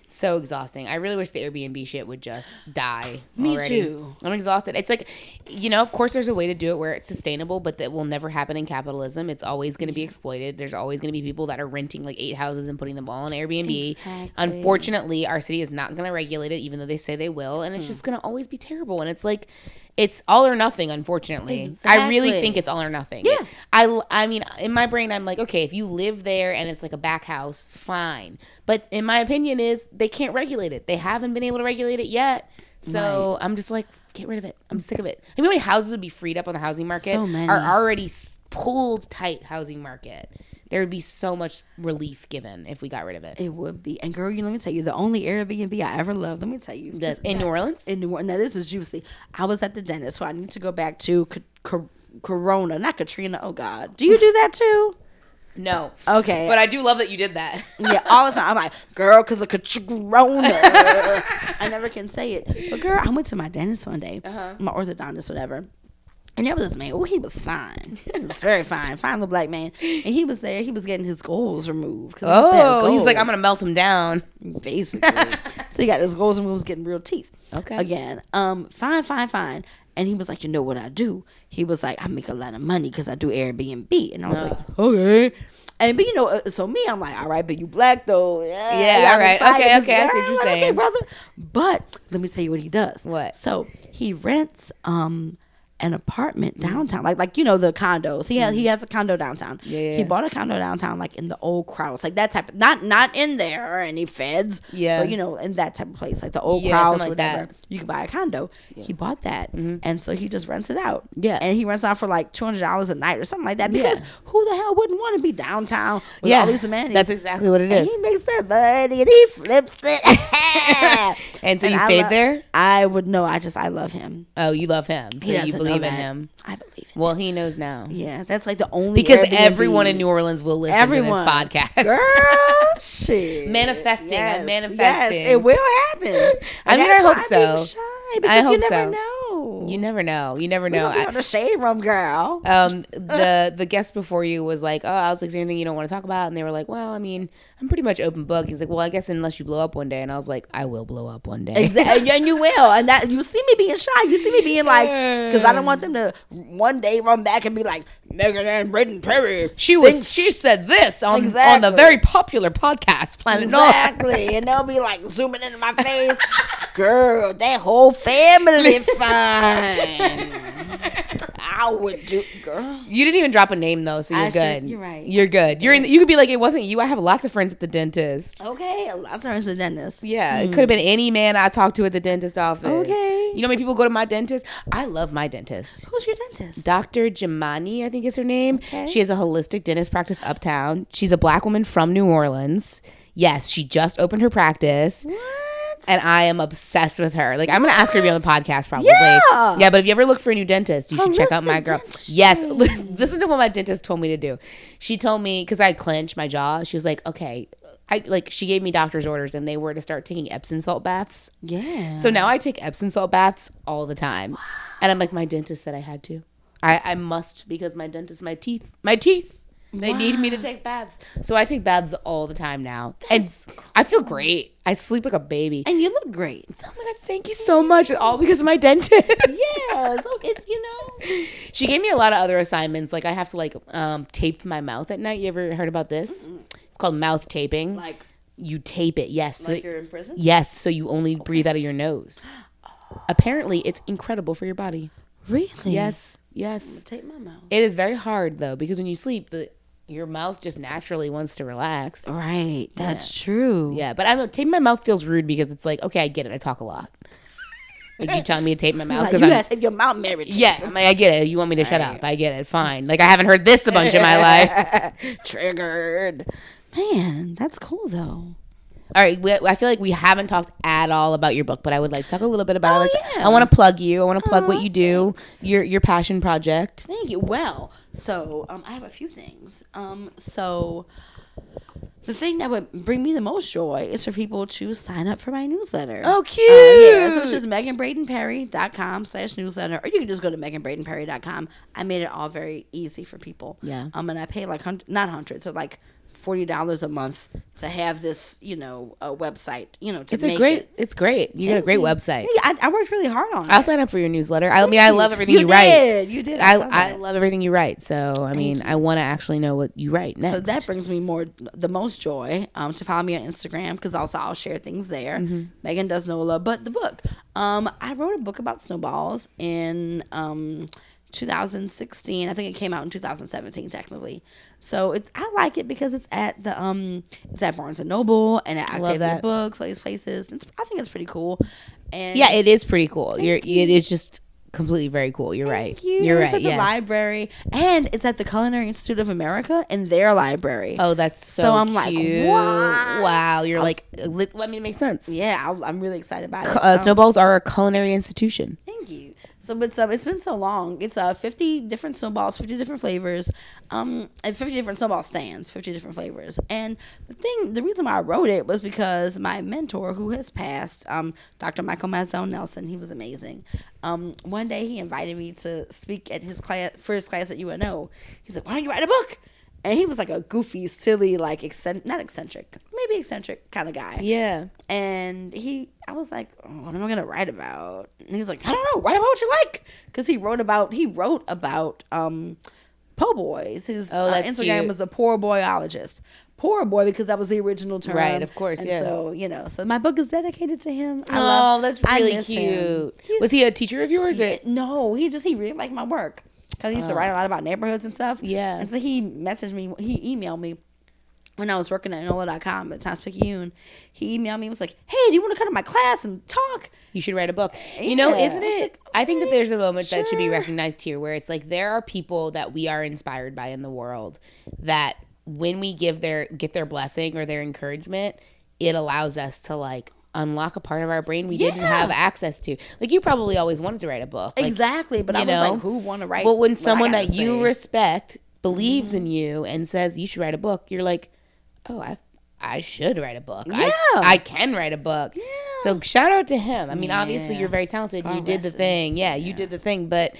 Speaker 1: So exhausting. I really wish the Airbnb shit would just die.
Speaker 2: Me
Speaker 1: already.
Speaker 2: too.
Speaker 1: I'm exhausted. It's like, you know, of course, there's a way to do it where it's sustainable, but that will never happen in capitalism. It's always going to be exploited. There's always going to be people that are renting like eight houses and putting them all on Airbnb.
Speaker 2: Exactly.
Speaker 1: Unfortunately, our city is not going to regulate it, even though they say they will.
Speaker 2: Mm.
Speaker 1: And it's just going to always be terrible. And it's like, it's all or nothing, unfortunately. I really
Speaker 2: Exactly.
Speaker 1: think it's all or nothing. Yeah. I, I mean, in my brain, I'm like, okay, if you live there and it's like a back house, fine. But in my opinion, is they can't regulate it. They haven't been able to regulate it yet. So I'm just like, get rid of it. I'm sick of it. I mean, how many houses would be freed up on the housing market?
Speaker 2: So many.
Speaker 1: Our already s- pulled tight housing market. There would be so much relief given if we got rid of it.
Speaker 2: It would be. And girl, you let me tell you, the only Airbnb I ever loved. Let me tell you.
Speaker 1: That's in New Orleans.
Speaker 2: in New Orleans. Now this is juicy. I was at the dentist, so I need to go back to c- c- Corona, not Katrina. Oh God, do you do that too?
Speaker 1: No.
Speaker 2: Okay.
Speaker 1: But I do love that you did that.
Speaker 2: yeah, all the time. I'm like, girl, because of Corona. I never can say it. But girl, I went to my dentist one day,
Speaker 1: Uh-huh.
Speaker 2: my orthodontist, whatever. And there was this man. Oh, he was fine. He was very fine, fine little black man. And he was there. He was getting his goals removed. 'cause he used to have
Speaker 1: Oh, he's like, I'm
Speaker 2: goals
Speaker 1: gonna melt him down.
Speaker 2: basically. so he got his goals and moves getting real teeth.
Speaker 1: Okay.
Speaker 2: Again, um, fine, fine, fine. And he was like, you know what I do? He was like, I make a lot of money because I do Airbnb. And I was like, okay. And but you know, uh, so me, I'm like, all right, but you black though. Yeah,
Speaker 1: Yeah, all
Speaker 2: I'm
Speaker 1: right.
Speaker 2: excited.
Speaker 1: Okay,
Speaker 2: He's
Speaker 1: okay, I see what
Speaker 2: girl,
Speaker 1: you're
Speaker 2: I'm like, Okay,
Speaker 1: saying.
Speaker 2: brother. But let me tell you what he does.
Speaker 1: What?
Speaker 2: So he rents um an
Speaker 1: Mm.
Speaker 2: apartment downtown, like like you know the condos. He has he has a condo downtown.
Speaker 1: Yeah,
Speaker 2: He
Speaker 1: yeah.
Speaker 2: bought a condo downtown, like in the old crowds, like that type. Of, not not in there or any feds.
Speaker 1: Yeah.
Speaker 2: But you know, in that type of place, like the old
Speaker 1: Yeah,
Speaker 2: crowds,
Speaker 1: something like that. Mm-hmm.
Speaker 2: whatever. You can buy a condo. He bought that, and so he just rents it out.
Speaker 1: Yeah.
Speaker 2: And he rents out for like two hundred dollars a night or something like that. Because
Speaker 1: Yeah.
Speaker 2: who the hell wouldn't want to be downtown with all these amenities?
Speaker 1: That's exactly what it
Speaker 2: And
Speaker 1: is.
Speaker 2: he makes that money and he flips it.
Speaker 1: And so you
Speaker 2: I
Speaker 1: stayed
Speaker 2: lo-
Speaker 1: there?
Speaker 2: I would know. I just I love him.
Speaker 1: Oh, you love him, so
Speaker 2: He
Speaker 1: you
Speaker 2: doesn't know
Speaker 1: believe in
Speaker 2: that.
Speaker 1: him.
Speaker 2: I believe him.
Speaker 1: Well, he knows now
Speaker 2: Yeah, that's like the only
Speaker 1: because
Speaker 2: Airbnb.
Speaker 1: everyone in New Orleans will listen to this
Speaker 2: everyone
Speaker 1: podcast.
Speaker 2: Girl, shit.
Speaker 1: Manifesting, I'm manifesting.
Speaker 2: Yes, it will happen.
Speaker 1: I mean,
Speaker 2: that's
Speaker 1: I hope
Speaker 2: why I'm being
Speaker 1: so.
Speaker 2: Shy because you
Speaker 1: hope so.
Speaker 2: never know.
Speaker 1: You never know. You never know.
Speaker 2: know,
Speaker 1: I-
Speaker 2: I, the shade room, girl.
Speaker 1: um, the the guest before you was like, "Oh, I was like, is there anything you don't want to talk about?" And they were like, "Well, I mean, I'm pretty much open book." He's like, "Well, I guess unless you blow up one day," and I was like, "I will blow up one day."
Speaker 2: Exactly, and you will, and that you see me being shy. You see me being like, because I don't want them to one day run back and be like Megan and Brittany Perry.
Speaker 1: She was. She said this on on the
Speaker 2: Exactly.
Speaker 1: very popular podcast Planet North.
Speaker 2: Exactly, and they'll be like zooming into my face, girl. That whole family fine. I would do, girl.
Speaker 1: You didn't even drop a name though, so you're
Speaker 2: I should-
Speaker 1: good.
Speaker 2: you're right.
Speaker 1: You're good. You're in. you could be like, it wasn't you. I have lots of friends at the dentist.
Speaker 2: Okay, a lot of times the dentist.
Speaker 1: Yeah, it could have been any man I talked to at the dentist office.
Speaker 2: Mm. Okay.
Speaker 1: You know, how many people go to my dentist. I love my dentist.
Speaker 2: Who's your dentist?
Speaker 1: Dr. Jimani, I think is her name.
Speaker 2: Okay.
Speaker 1: She has a holistic dentist practice uptown. She's a black woman from New Orleans. Yes, she just opened her practice.
Speaker 2: What?
Speaker 1: And I am obsessed with her. Like I'm gonna ask her to be on the podcast probably.
Speaker 2: Yeah.
Speaker 1: Yeah, but if you ever look for a new dentist, you should check out
Speaker 2: Holistic
Speaker 1: my girl.
Speaker 2: dentistry.
Speaker 1: Yes, this is what my dentist told me to do. She told me because I clenched my jaw. She was like, "Okay," I like she gave me doctor's orders, and they were to start taking Epsom salt baths.
Speaker 2: yeah.
Speaker 1: So now I take Epsom salt baths all the time. And I'm like, my dentist said I had to. I, I must because my dentist, my teeth, my teeth, they need me to take baths. So I take baths all the time now. and I feel great. I sleep like a baby.
Speaker 2: and you look great.
Speaker 1: oh my God, thank you so much. All because of my dentist.
Speaker 2: Yeah, so oh, it's you know.
Speaker 1: She gave me a lot of other assignments. Like I have to like um, tape my mouth at night. You ever heard about this? It's called mouth taping.
Speaker 2: Like-
Speaker 1: you tape it, yes. so that-
Speaker 2: in prison. Oh.
Speaker 1: yes, so you only breathe out of your nose. Apparently, it's incredible for your body.
Speaker 2: Really?
Speaker 1: Yes, yes.
Speaker 2: Take my mouth.
Speaker 1: It is very hard though because when you sleep, the your mouth just naturally wants to relax.
Speaker 2: Oh. Right. That's true.
Speaker 1: Yeah, but I don't tape my mouth feels rude because it's like, okay, I get it. I talk a lot. Like you telling me to tape my mouth
Speaker 2: Like you
Speaker 1: because I'm
Speaker 2: gotta take your mouth married.
Speaker 1: yeah, I'm like, I get it. You want me to shut up? I get it. Fine. Like I haven't heard this a bunch in my life.
Speaker 2: Triggered. Man, that's cool though.
Speaker 1: All right, we, I feel like we haven't talked at all about your book, but I would like to talk a little bit about
Speaker 2: Oh,
Speaker 1: it. Like,
Speaker 2: yeah.
Speaker 1: I want to plug you. I want to plug what
Speaker 2: Aw,
Speaker 1: you do,
Speaker 2: thanks.
Speaker 1: your your passion project.
Speaker 2: Thank you. Well, so um, I have a few things. Um, so the thing that would bring me the most joy is for people to sign up for my newsletter.
Speaker 1: Oh,
Speaker 2: Uh, yeah, so
Speaker 1: cute.
Speaker 2: it's just meganbradenperry.com slash newsletter, or you can just go to meganbradenperry.com. I made it all very easy for people.
Speaker 1: Yeah.
Speaker 2: Um, and I pay like, hun- not 100 so like $40 a month to have this, you know, a website, you know, to
Speaker 1: It's
Speaker 2: make
Speaker 1: a great.
Speaker 2: it.
Speaker 1: It's great. You got a
Speaker 2: Thank
Speaker 1: great
Speaker 2: you.
Speaker 1: website.
Speaker 2: Yeah, I, I worked really hard on
Speaker 1: I'll
Speaker 2: it.
Speaker 1: sign up for your newsletter. I mean, I love everything you,
Speaker 2: you
Speaker 1: write.
Speaker 2: did. You did. I
Speaker 1: I,
Speaker 2: saw
Speaker 1: I
Speaker 2: that.
Speaker 1: love everything you write. So I mean, I want to actually know what you write next.
Speaker 2: So that brings me more the most joy um, to follow me on Instagram because also I'll share things there.
Speaker 1: Mm-hmm.
Speaker 2: Megan does Nola, but the book. Um, I wrote a book about snowballs in um, 2016. I think it came out in 2017 technically. So it's I like it because it's at the um, it's at Barnes and Noble and at Octavia
Speaker 1: that.
Speaker 2: Books, all these places. It's, I think it's pretty cool. And
Speaker 1: yeah, it is pretty cool. You're. It is just completely very cool. You're right.
Speaker 2: Thank you.
Speaker 1: You're right.
Speaker 2: It's at the
Speaker 1: yes.
Speaker 2: library, and it's at the Culinary Institute of America in their library.
Speaker 1: Oh, that's so.
Speaker 2: So I'm like,
Speaker 1: cute.
Speaker 2: "What?"
Speaker 1: wow. You're like, li- I mean, it makes sense.
Speaker 2: Yeah, I'll, I'm really excited about it.
Speaker 1: Uh,
Speaker 2: Um,
Speaker 1: snowballs are a culinary institution.
Speaker 2: Thank you. So, but um, it's been so long. It's uh, 50 different snowballs, 50 different flavors, um, and 50 different snowball stands, 50 different flavors. And the thing, the reason why I wrote it was because my mentor, who has passed, um, Dr. Michael Mazzone Nelson, he was amazing. Um, one day he invited me to speak at his class for his class at UNO. He's like, "Why don't you write a book?" And he was like a goofy, silly, like eccentric, not eccentric, maybe eccentric kind of guy.
Speaker 1: Yeah.
Speaker 2: And he, I was like, oh, what am I gonna write about? And he was like, I don't know, write about what you like, because he wrote about he wrote about um, po' boys. His
Speaker 1: Oh,
Speaker 2: uh,
Speaker 1: that's
Speaker 2: Instagram
Speaker 1: cute.
Speaker 2: was the poor boyologist, poor boy, because that was the original term,
Speaker 1: Right, of course,
Speaker 2: And
Speaker 1: yeah.
Speaker 2: so you know, so my book is dedicated to him. I
Speaker 1: oh,
Speaker 2: love-
Speaker 1: that's
Speaker 2: I
Speaker 1: really
Speaker 2: miss
Speaker 1: cute.
Speaker 2: him. He's-
Speaker 1: Was he a teacher of yours? Or?
Speaker 2: no, he just he really liked my work because he used to write a lot about neighborhoods and stuff.
Speaker 1: Yeah.
Speaker 2: and so he messaged me. He emailed me when I was working at NOLA.com at Times Picayune. He emailed me and was like, "Hey, do you want to come to my class and talk?"
Speaker 1: You should write a book. You know,
Speaker 2: Yeah.
Speaker 1: isn't
Speaker 2: I was
Speaker 1: it?
Speaker 2: like,
Speaker 1: I think that there's a moment that should be
Speaker 2: sure.
Speaker 1: recognized here where it's like there are people that we are inspired by in the world that when we give their get their blessing or their encouragement, it allows us to like unlock a part of our brain we didn't
Speaker 2: Yeah.
Speaker 1: have access to. Like you probably always wanted to write a book. Like,
Speaker 2: exactly, but I
Speaker 1: you
Speaker 2: was
Speaker 1: know,
Speaker 2: like, "Who want to write?"
Speaker 1: But when
Speaker 2: what I
Speaker 1: someone
Speaker 2: gotta
Speaker 1: that you oh
Speaker 2: say? Mm-hmm.
Speaker 1: respect believes in you and says you should write a book, you're like, oh, I I should write a book. I,
Speaker 2: Yeah.
Speaker 1: I can write a book. So shout out to him. I mean, obviously
Speaker 2: Yeah.
Speaker 1: you're very talented. you did the
Speaker 2: bless him.
Speaker 1: thing. Yeah, you did the thing. But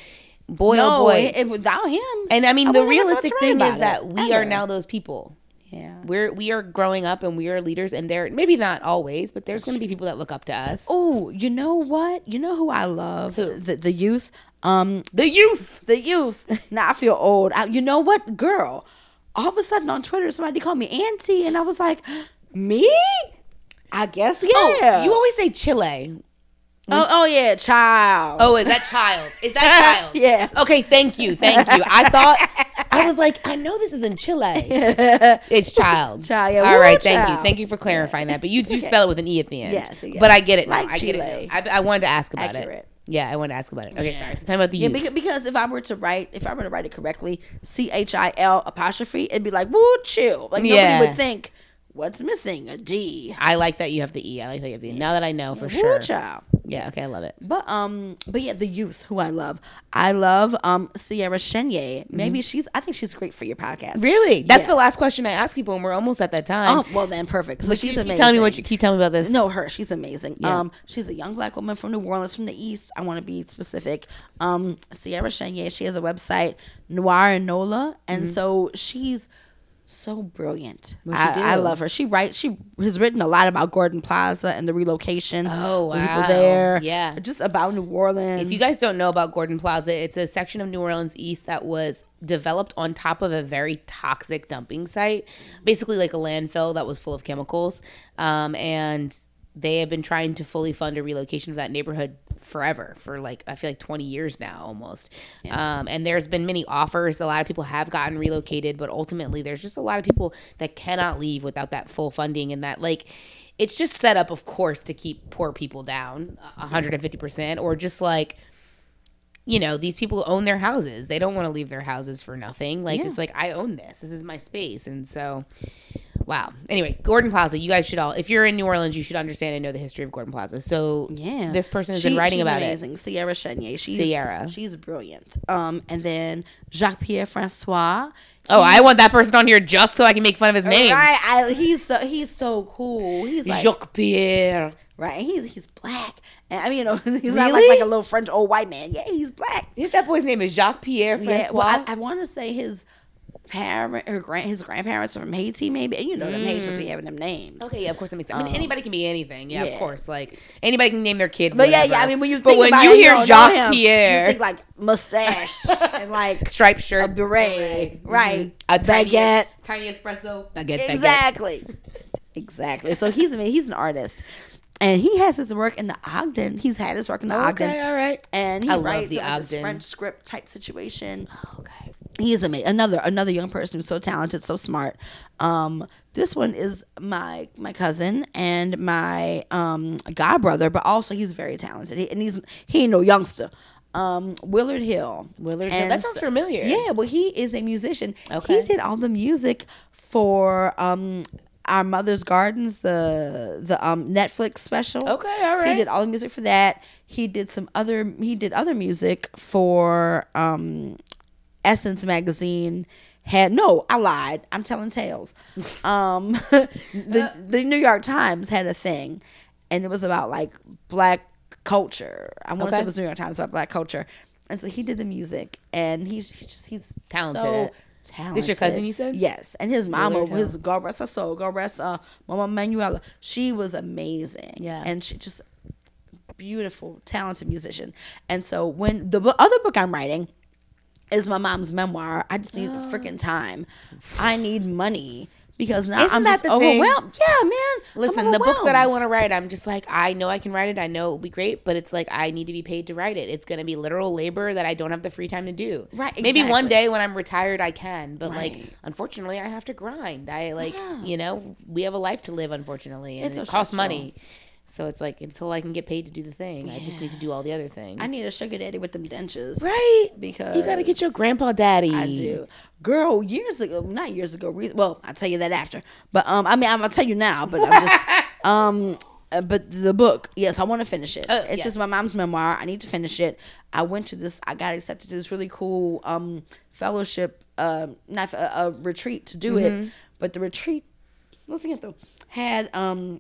Speaker 1: boy,
Speaker 2: no,
Speaker 1: oh boy.
Speaker 2: it, it- without him,
Speaker 1: and I mean,
Speaker 2: I
Speaker 1: the
Speaker 2: wouldn't have thought to
Speaker 1: realistic
Speaker 2: write
Speaker 1: thing
Speaker 2: about
Speaker 1: is
Speaker 2: it,
Speaker 1: that we
Speaker 2: ever.
Speaker 1: are now those people.
Speaker 2: yeah.
Speaker 1: We're we are growing up and we are leaders, and there maybe not always, but there's going to be people that look up to us.
Speaker 2: Oh, you know what? You know who I love? The the youth. Um,
Speaker 1: The youth.
Speaker 2: the youth. Now I feel old. I, you know what, girl? All of a sudden on Twitter, somebody called me auntie, and I was like, me? I guess yeah.
Speaker 1: Oh, you always say Chile.
Speaker 2: oh, oh, yeah, child.
Speaker 1: Oh, is that child? Is that child?
Speaker 2: Yeah.
Speaker 1: Okay, thank you. Thank you. I thought I was like, I know this is in Chile. It's child.
Speaker 2: Child, yeah.
Speaker 1: All
Speaker 2: Woo,
Speaker 1: right, thank you.
Speaker 2: child.
Speaker 1: Thank you for clarifying that. But you do spell it with an E at the end.
Speaker 2: Yes, yes.
Speaker 1: But I get it now.
Speaker 2: Like
Speaker 1: I get it.
Speaker 2: Chile.
Speaker 1: now. I, I wanted to ask about it.
Speaker 2: Accurate.
Speaker 1: Yeah, I wanted to ask about it. Okay, sorry. So time about the
Speaker 2: Yeah,
Speaker 1: youth.
Speaker 2: beca- because if I were to write, if I were to write it correctly, C H I L apostrophe, it'd be like woo chill. Like
Speaker 1: Yeah.
Speaker 2: nobody would think what's missing a D.
Speaker 1: I like that you have the E. I like that you have the E. Now that I know for
Speaker 2: Woo
Speaker 1: sure.
Speaker 2: child.
Speaker 1: Yeah, okay, I love it.
Speaker 2: But um, but yeah, the youth who I love, I love um Sierra Chenier. Maybe she's, I think she's great for your podcast.
Speaker 1: Mm-hmm. Really? That's the
Speaker 2: Yes.
Speaker 1: last question I ask people, and we're almost at that time.
Speaker 2: Oh well, then perfect. So
Speaker 1: But
Speaker 2: she's
Speaker 1: you keep
Speaker 2: amazing.
Speaker 1: telling me what you keep telling me about this.
Speaker 2: No, her. She's amazing. Um, she's a young black woman from New Orleans, from the East. I want to be specific. Um, Sierra Chenier. She has a website, Noir and Nola, and
Speaker 1: Mm-hmm.
Speaker 2: so she's so brilliant.
Speaker 1: she
Speaker 2: I, I
Speaker 1: do?
Speaker 2: love her. She writes. She has written a lot about Gordon Plaza and the relocation.
Speaker 1: Oh,
Speaker 2: the people
Speaker 1: wow.
Speaker 2: there.
Speaker 1: Yeah.
Speaker 2: just about New Orleans.
Speaker 1: If you guys don't know about Gordon Plaza, it's a section of New Orleans East that was developed on top of a very toxic dumping site, basically like a landfill that was full of chemicals. Um, and they have been trying to fully fund a relocation of that neighborhood forever for like I feel like 20 years now almost. Um, and there's been many offers. A lot of people have gotten relocated, but ultimately there's just a lot of people that cannot leave without that full funding and that like it's just set up of course to keep poor people down 150% or just like you know these people own their houses they don't want to leave their houses for nothing like it's like i own this this is my space and so Wow. Anyway, Gordon Plaza, you guys should all, if you're in New Orleans, you should understand and know the history of Gordon Plaza. So
Speaker 2: Yeah.
Speaker 1: this person has been writing
Speaker 2: she's
Speaker 1: about it.
Speaker 2: amazing. Sierra Chenier. She's,
Speaker 1: Sierra.
Speaker 2: She's brilliant. Um, and then Jacques Pierre Francois.
Speaker 1: Oh, I want that person on here just so I can make fun of his name.
Speaker 2: Right. I, he's so he's so cool. He's like
Speaker 1: Jacques Pierre.
Speaker 2: right. He's he's black. And I mean, you know, he's not like,
Speaker 1: Really?
Speaker 2: like a little French old white man. Yeah, he's black.
Speaker 1: That boy's name is Jacques Pierre Francois.
Speaker 2: Yeah, well, I, I want to say his parent, her grand, his grandparents are from Haiti, maybe. And you know, them Haitians be having them names.
Speaker 1: Mm. Okay, yeah, of course that makes sense. I mean, anybody can be anything. Oh. Yeah,
Speaker 2: yeah.
Speaker 1: of course. Like anybody can name their kid.
Speaker 2: But yeah, yeah.
Speaker 1: whatever.
Speaker 2: I mean, when you
Speaker 1: but
Speaker 2: think
Speaker 1: when
Speaker 2: about
Speaker 1: you
Speaker 2: it,
Speaker 1: hear
Speaker 2: don't know
Speaker 1: Jacques
Speaker 2: him.
Speaker 1: Pierre,
Speaker 2: you think like mustache and like
Speaker 1: striped shirt,
Speaker 2: a beret, Mm-hmm. right?
Speaker 1: a tiny-
Speaker 2: baguette.
Speaker 1: tiny, espresso, baguette, baguette.
Speaker 2: Exactly. exactly. So he's I mean, he's an artist. And he has his work in the Ogden. He's had his work in the Ogden.
Speaker 1: Okay, all right.
Speaker 2: And he
Speaker 1: I love
Speaker 2: writes
Speaker 1: the
Speaker 2: in, like, this
Speaker 1: Ogden.
Speaker 2: French script type situation.
Speaker 1: Okay.
Speaker 2: He is amazing. Another another young person who's so talented, so smart. Um, this one is my my cousin and my um godbrother, but also he's very talented. He, and he's he ain't no youngster. Um, Willard Hill.
Speaker 1: Willard Hill. That
Speaker 2: And
Speaker 1: sounds
Speaker 2: so-
Speaker 1: familiar.
Speaker 2: Yeah, well, he is a musician.
Speaker 1: Okay.
Speaker 2: He did all the music for um our mother's gardens the the um netflix special
Speaker 1: Okay, all right.
Speaker 2: he did all the music for that he did some other he did other music for um essence magazine had no i lied i'm telling tales um the the new york times had a thing and it was about like black culture i want to say
Speaker 1: Okay.
Speaker 2: it was new york times about black culture and so he did the music and he's, he's just he's
Speaker 1: Talented.
Speaker 2: so talented
Speaker 1: This your cousin, you said?
Speaker 2: yes and his mama
Speaker 1: Willard Hill.
Speaker 2: his god rest her soul god rest uh mama manuela she was amazing
Speaker 1: Yeah.
Speaker 2: and she just beautiful, talented musician. And so when the bo- other book I'm writing is my mom's memoir, I just need freaking time. I need money because now
Speaker 1: Oh. Isn't
Speaker 2: I'm
Speaker 1: that
Speaker 2: just
Speaker 1: the thing?
Speaker 2: overwhelmed. Yeah, man. I'm
Speaker 1: Listen, the book that I
Speaker 2: overwhelmed.
Speaker 1: want to write, I'm just like, I know I can write it. I know it will be great, but it's like I need to be paid to write it. It's going to be literal labor that I don't have the free time to do.
Speaker 2: Right,
Speaker 1: Maybe one
Speaker 2: exactly.
Speaker 1: day when I'm retired, I can. But like,
Speaker 2: Right.
Speaker 1: unfortunately, I have to grind. I like,
Speaker 2: Yeah.
Speaker 1: you know, we have a life to live. Unfortunately, and
Speaker 2: It's so
Speaker 1: it costs
Speaker 2: stressful.
Speaker 1: money. So it's like until I can get paid to do the thing, I just need to do all the other things.
Speaker 2: I need a sugar daddy with them dentures.
Speaker 1: right
Speaker 2: Because
Speaker 1: you got to get your grandpa daddy.
Speaker 2: I do. Girl, years ago, not years ago, re- well, I'll tell you that after. But um I mean, I'm going to tell you now, but I'm just um uh, but the book, yes, I want to finish it. it's
Speaker 1: Oh, yes.
Speaker 2: just my mom's memoir. I need to finish it. I went to this I got accepted to this really cool um fellowship um not a, a retreat to do
Speaker 1: Mm-hmm.
Speaker 2: it. But the retreat let's get though had um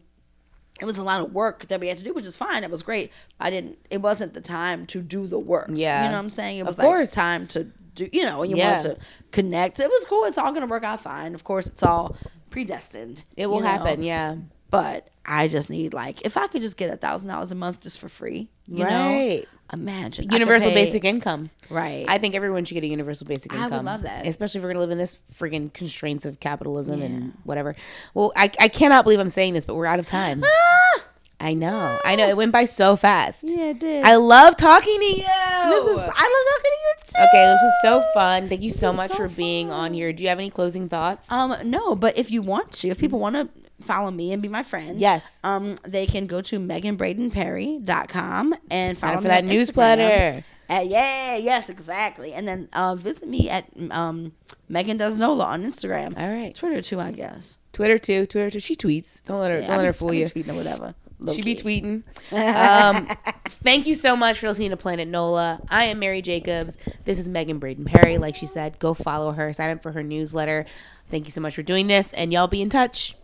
Speaker 2: it was a lot of work that we had to do, which is fine. It was great. I didn't. It wasn't the time to do the work.
Speaker 1: Yeah.
Speaker 2: you know what I'm saying. It was
Speaker 1: course.
Speaker 2: like time to do. You know, and you
Speaker 1: Yeah.
Speaker 2: wanted to connect. It was cool. It's all gonna work out fine. Of course, it's all predestined.
Speaker 1: It will
Speaker 2: you know?
Speaker 1: happen. Yeah.
Speaker 2: But I just need like if I could just get a thousand dollars a month just for free. You
Speaker 1: Right.
Speaker 2: know, imagine I could
Speaker 1: Universal
Speaker 2: pay-
Speaker 1: basic income.
Speaker 2: Right.
Speaker 1: I think everyone should get a universal basic
Speaker 2: I would
Speaker 1: income.
Speaker 2: love that.
Speaker 1: Especially if we're going to live in this friggin' constraints of capitalism and whatever. Well, I, I cannot believe I'm saying this, but we're out of time.
Speaker 2: Ah!
Speaker 1: I know. I know. It went by so fast.
Speaker 2: Yeah, it did.
Speaker 1: I love talking to you.
Speaker 2: this is. I love talking to you too.
Speaker 1: okay, this was so fun. Thank you so
Speaker 2: was
Speaker 1: much
Speaker 2: so
Speaker 1: for being
Speaker 2: fun.
Speaker 1: on here. Do you have any closing thoughts?
Speaker 2: Um, no, but if you want to, if people want to follow me and be my friend,
Speaker 1: Yes.
Speaker 2: um, they can go to meganbradenperry.com and follow
Speaker 1: up for
Speaker 2: me
Speaker 1: that
Speaker 2: on
Speaker 1: newsletter.
Speaker 2: Instagram. Uh, yeah, yes, exactly. And then uh, visit me at um, Megan Does Nola on Instagram.
Speaker 1: All right.
Speaker 2: Twitter too, I guess.
Speaker 1: Twitter too. Twitter too. She tweets. Don't let her.
Speaker 2: Yeah,
Speaker 1: don't
Speaker 2: I
Speaker 1: let
Speaker 2: be-
Speaker 1: her fool
Speaker 2: I be
Speaker 1: you.
Speaker 2: tweeting or whatever.
Speaker 1: She be
Speaker 2: low-key.
Speaker 1: tweeting. Um, thank you so much for listening to Planet Nola. I am Mary Jacobs. This is Megan Braden Perry. Like she said, go follow her, sign up for her newsletter. Thank you so much for doing this, and y'all be in touch.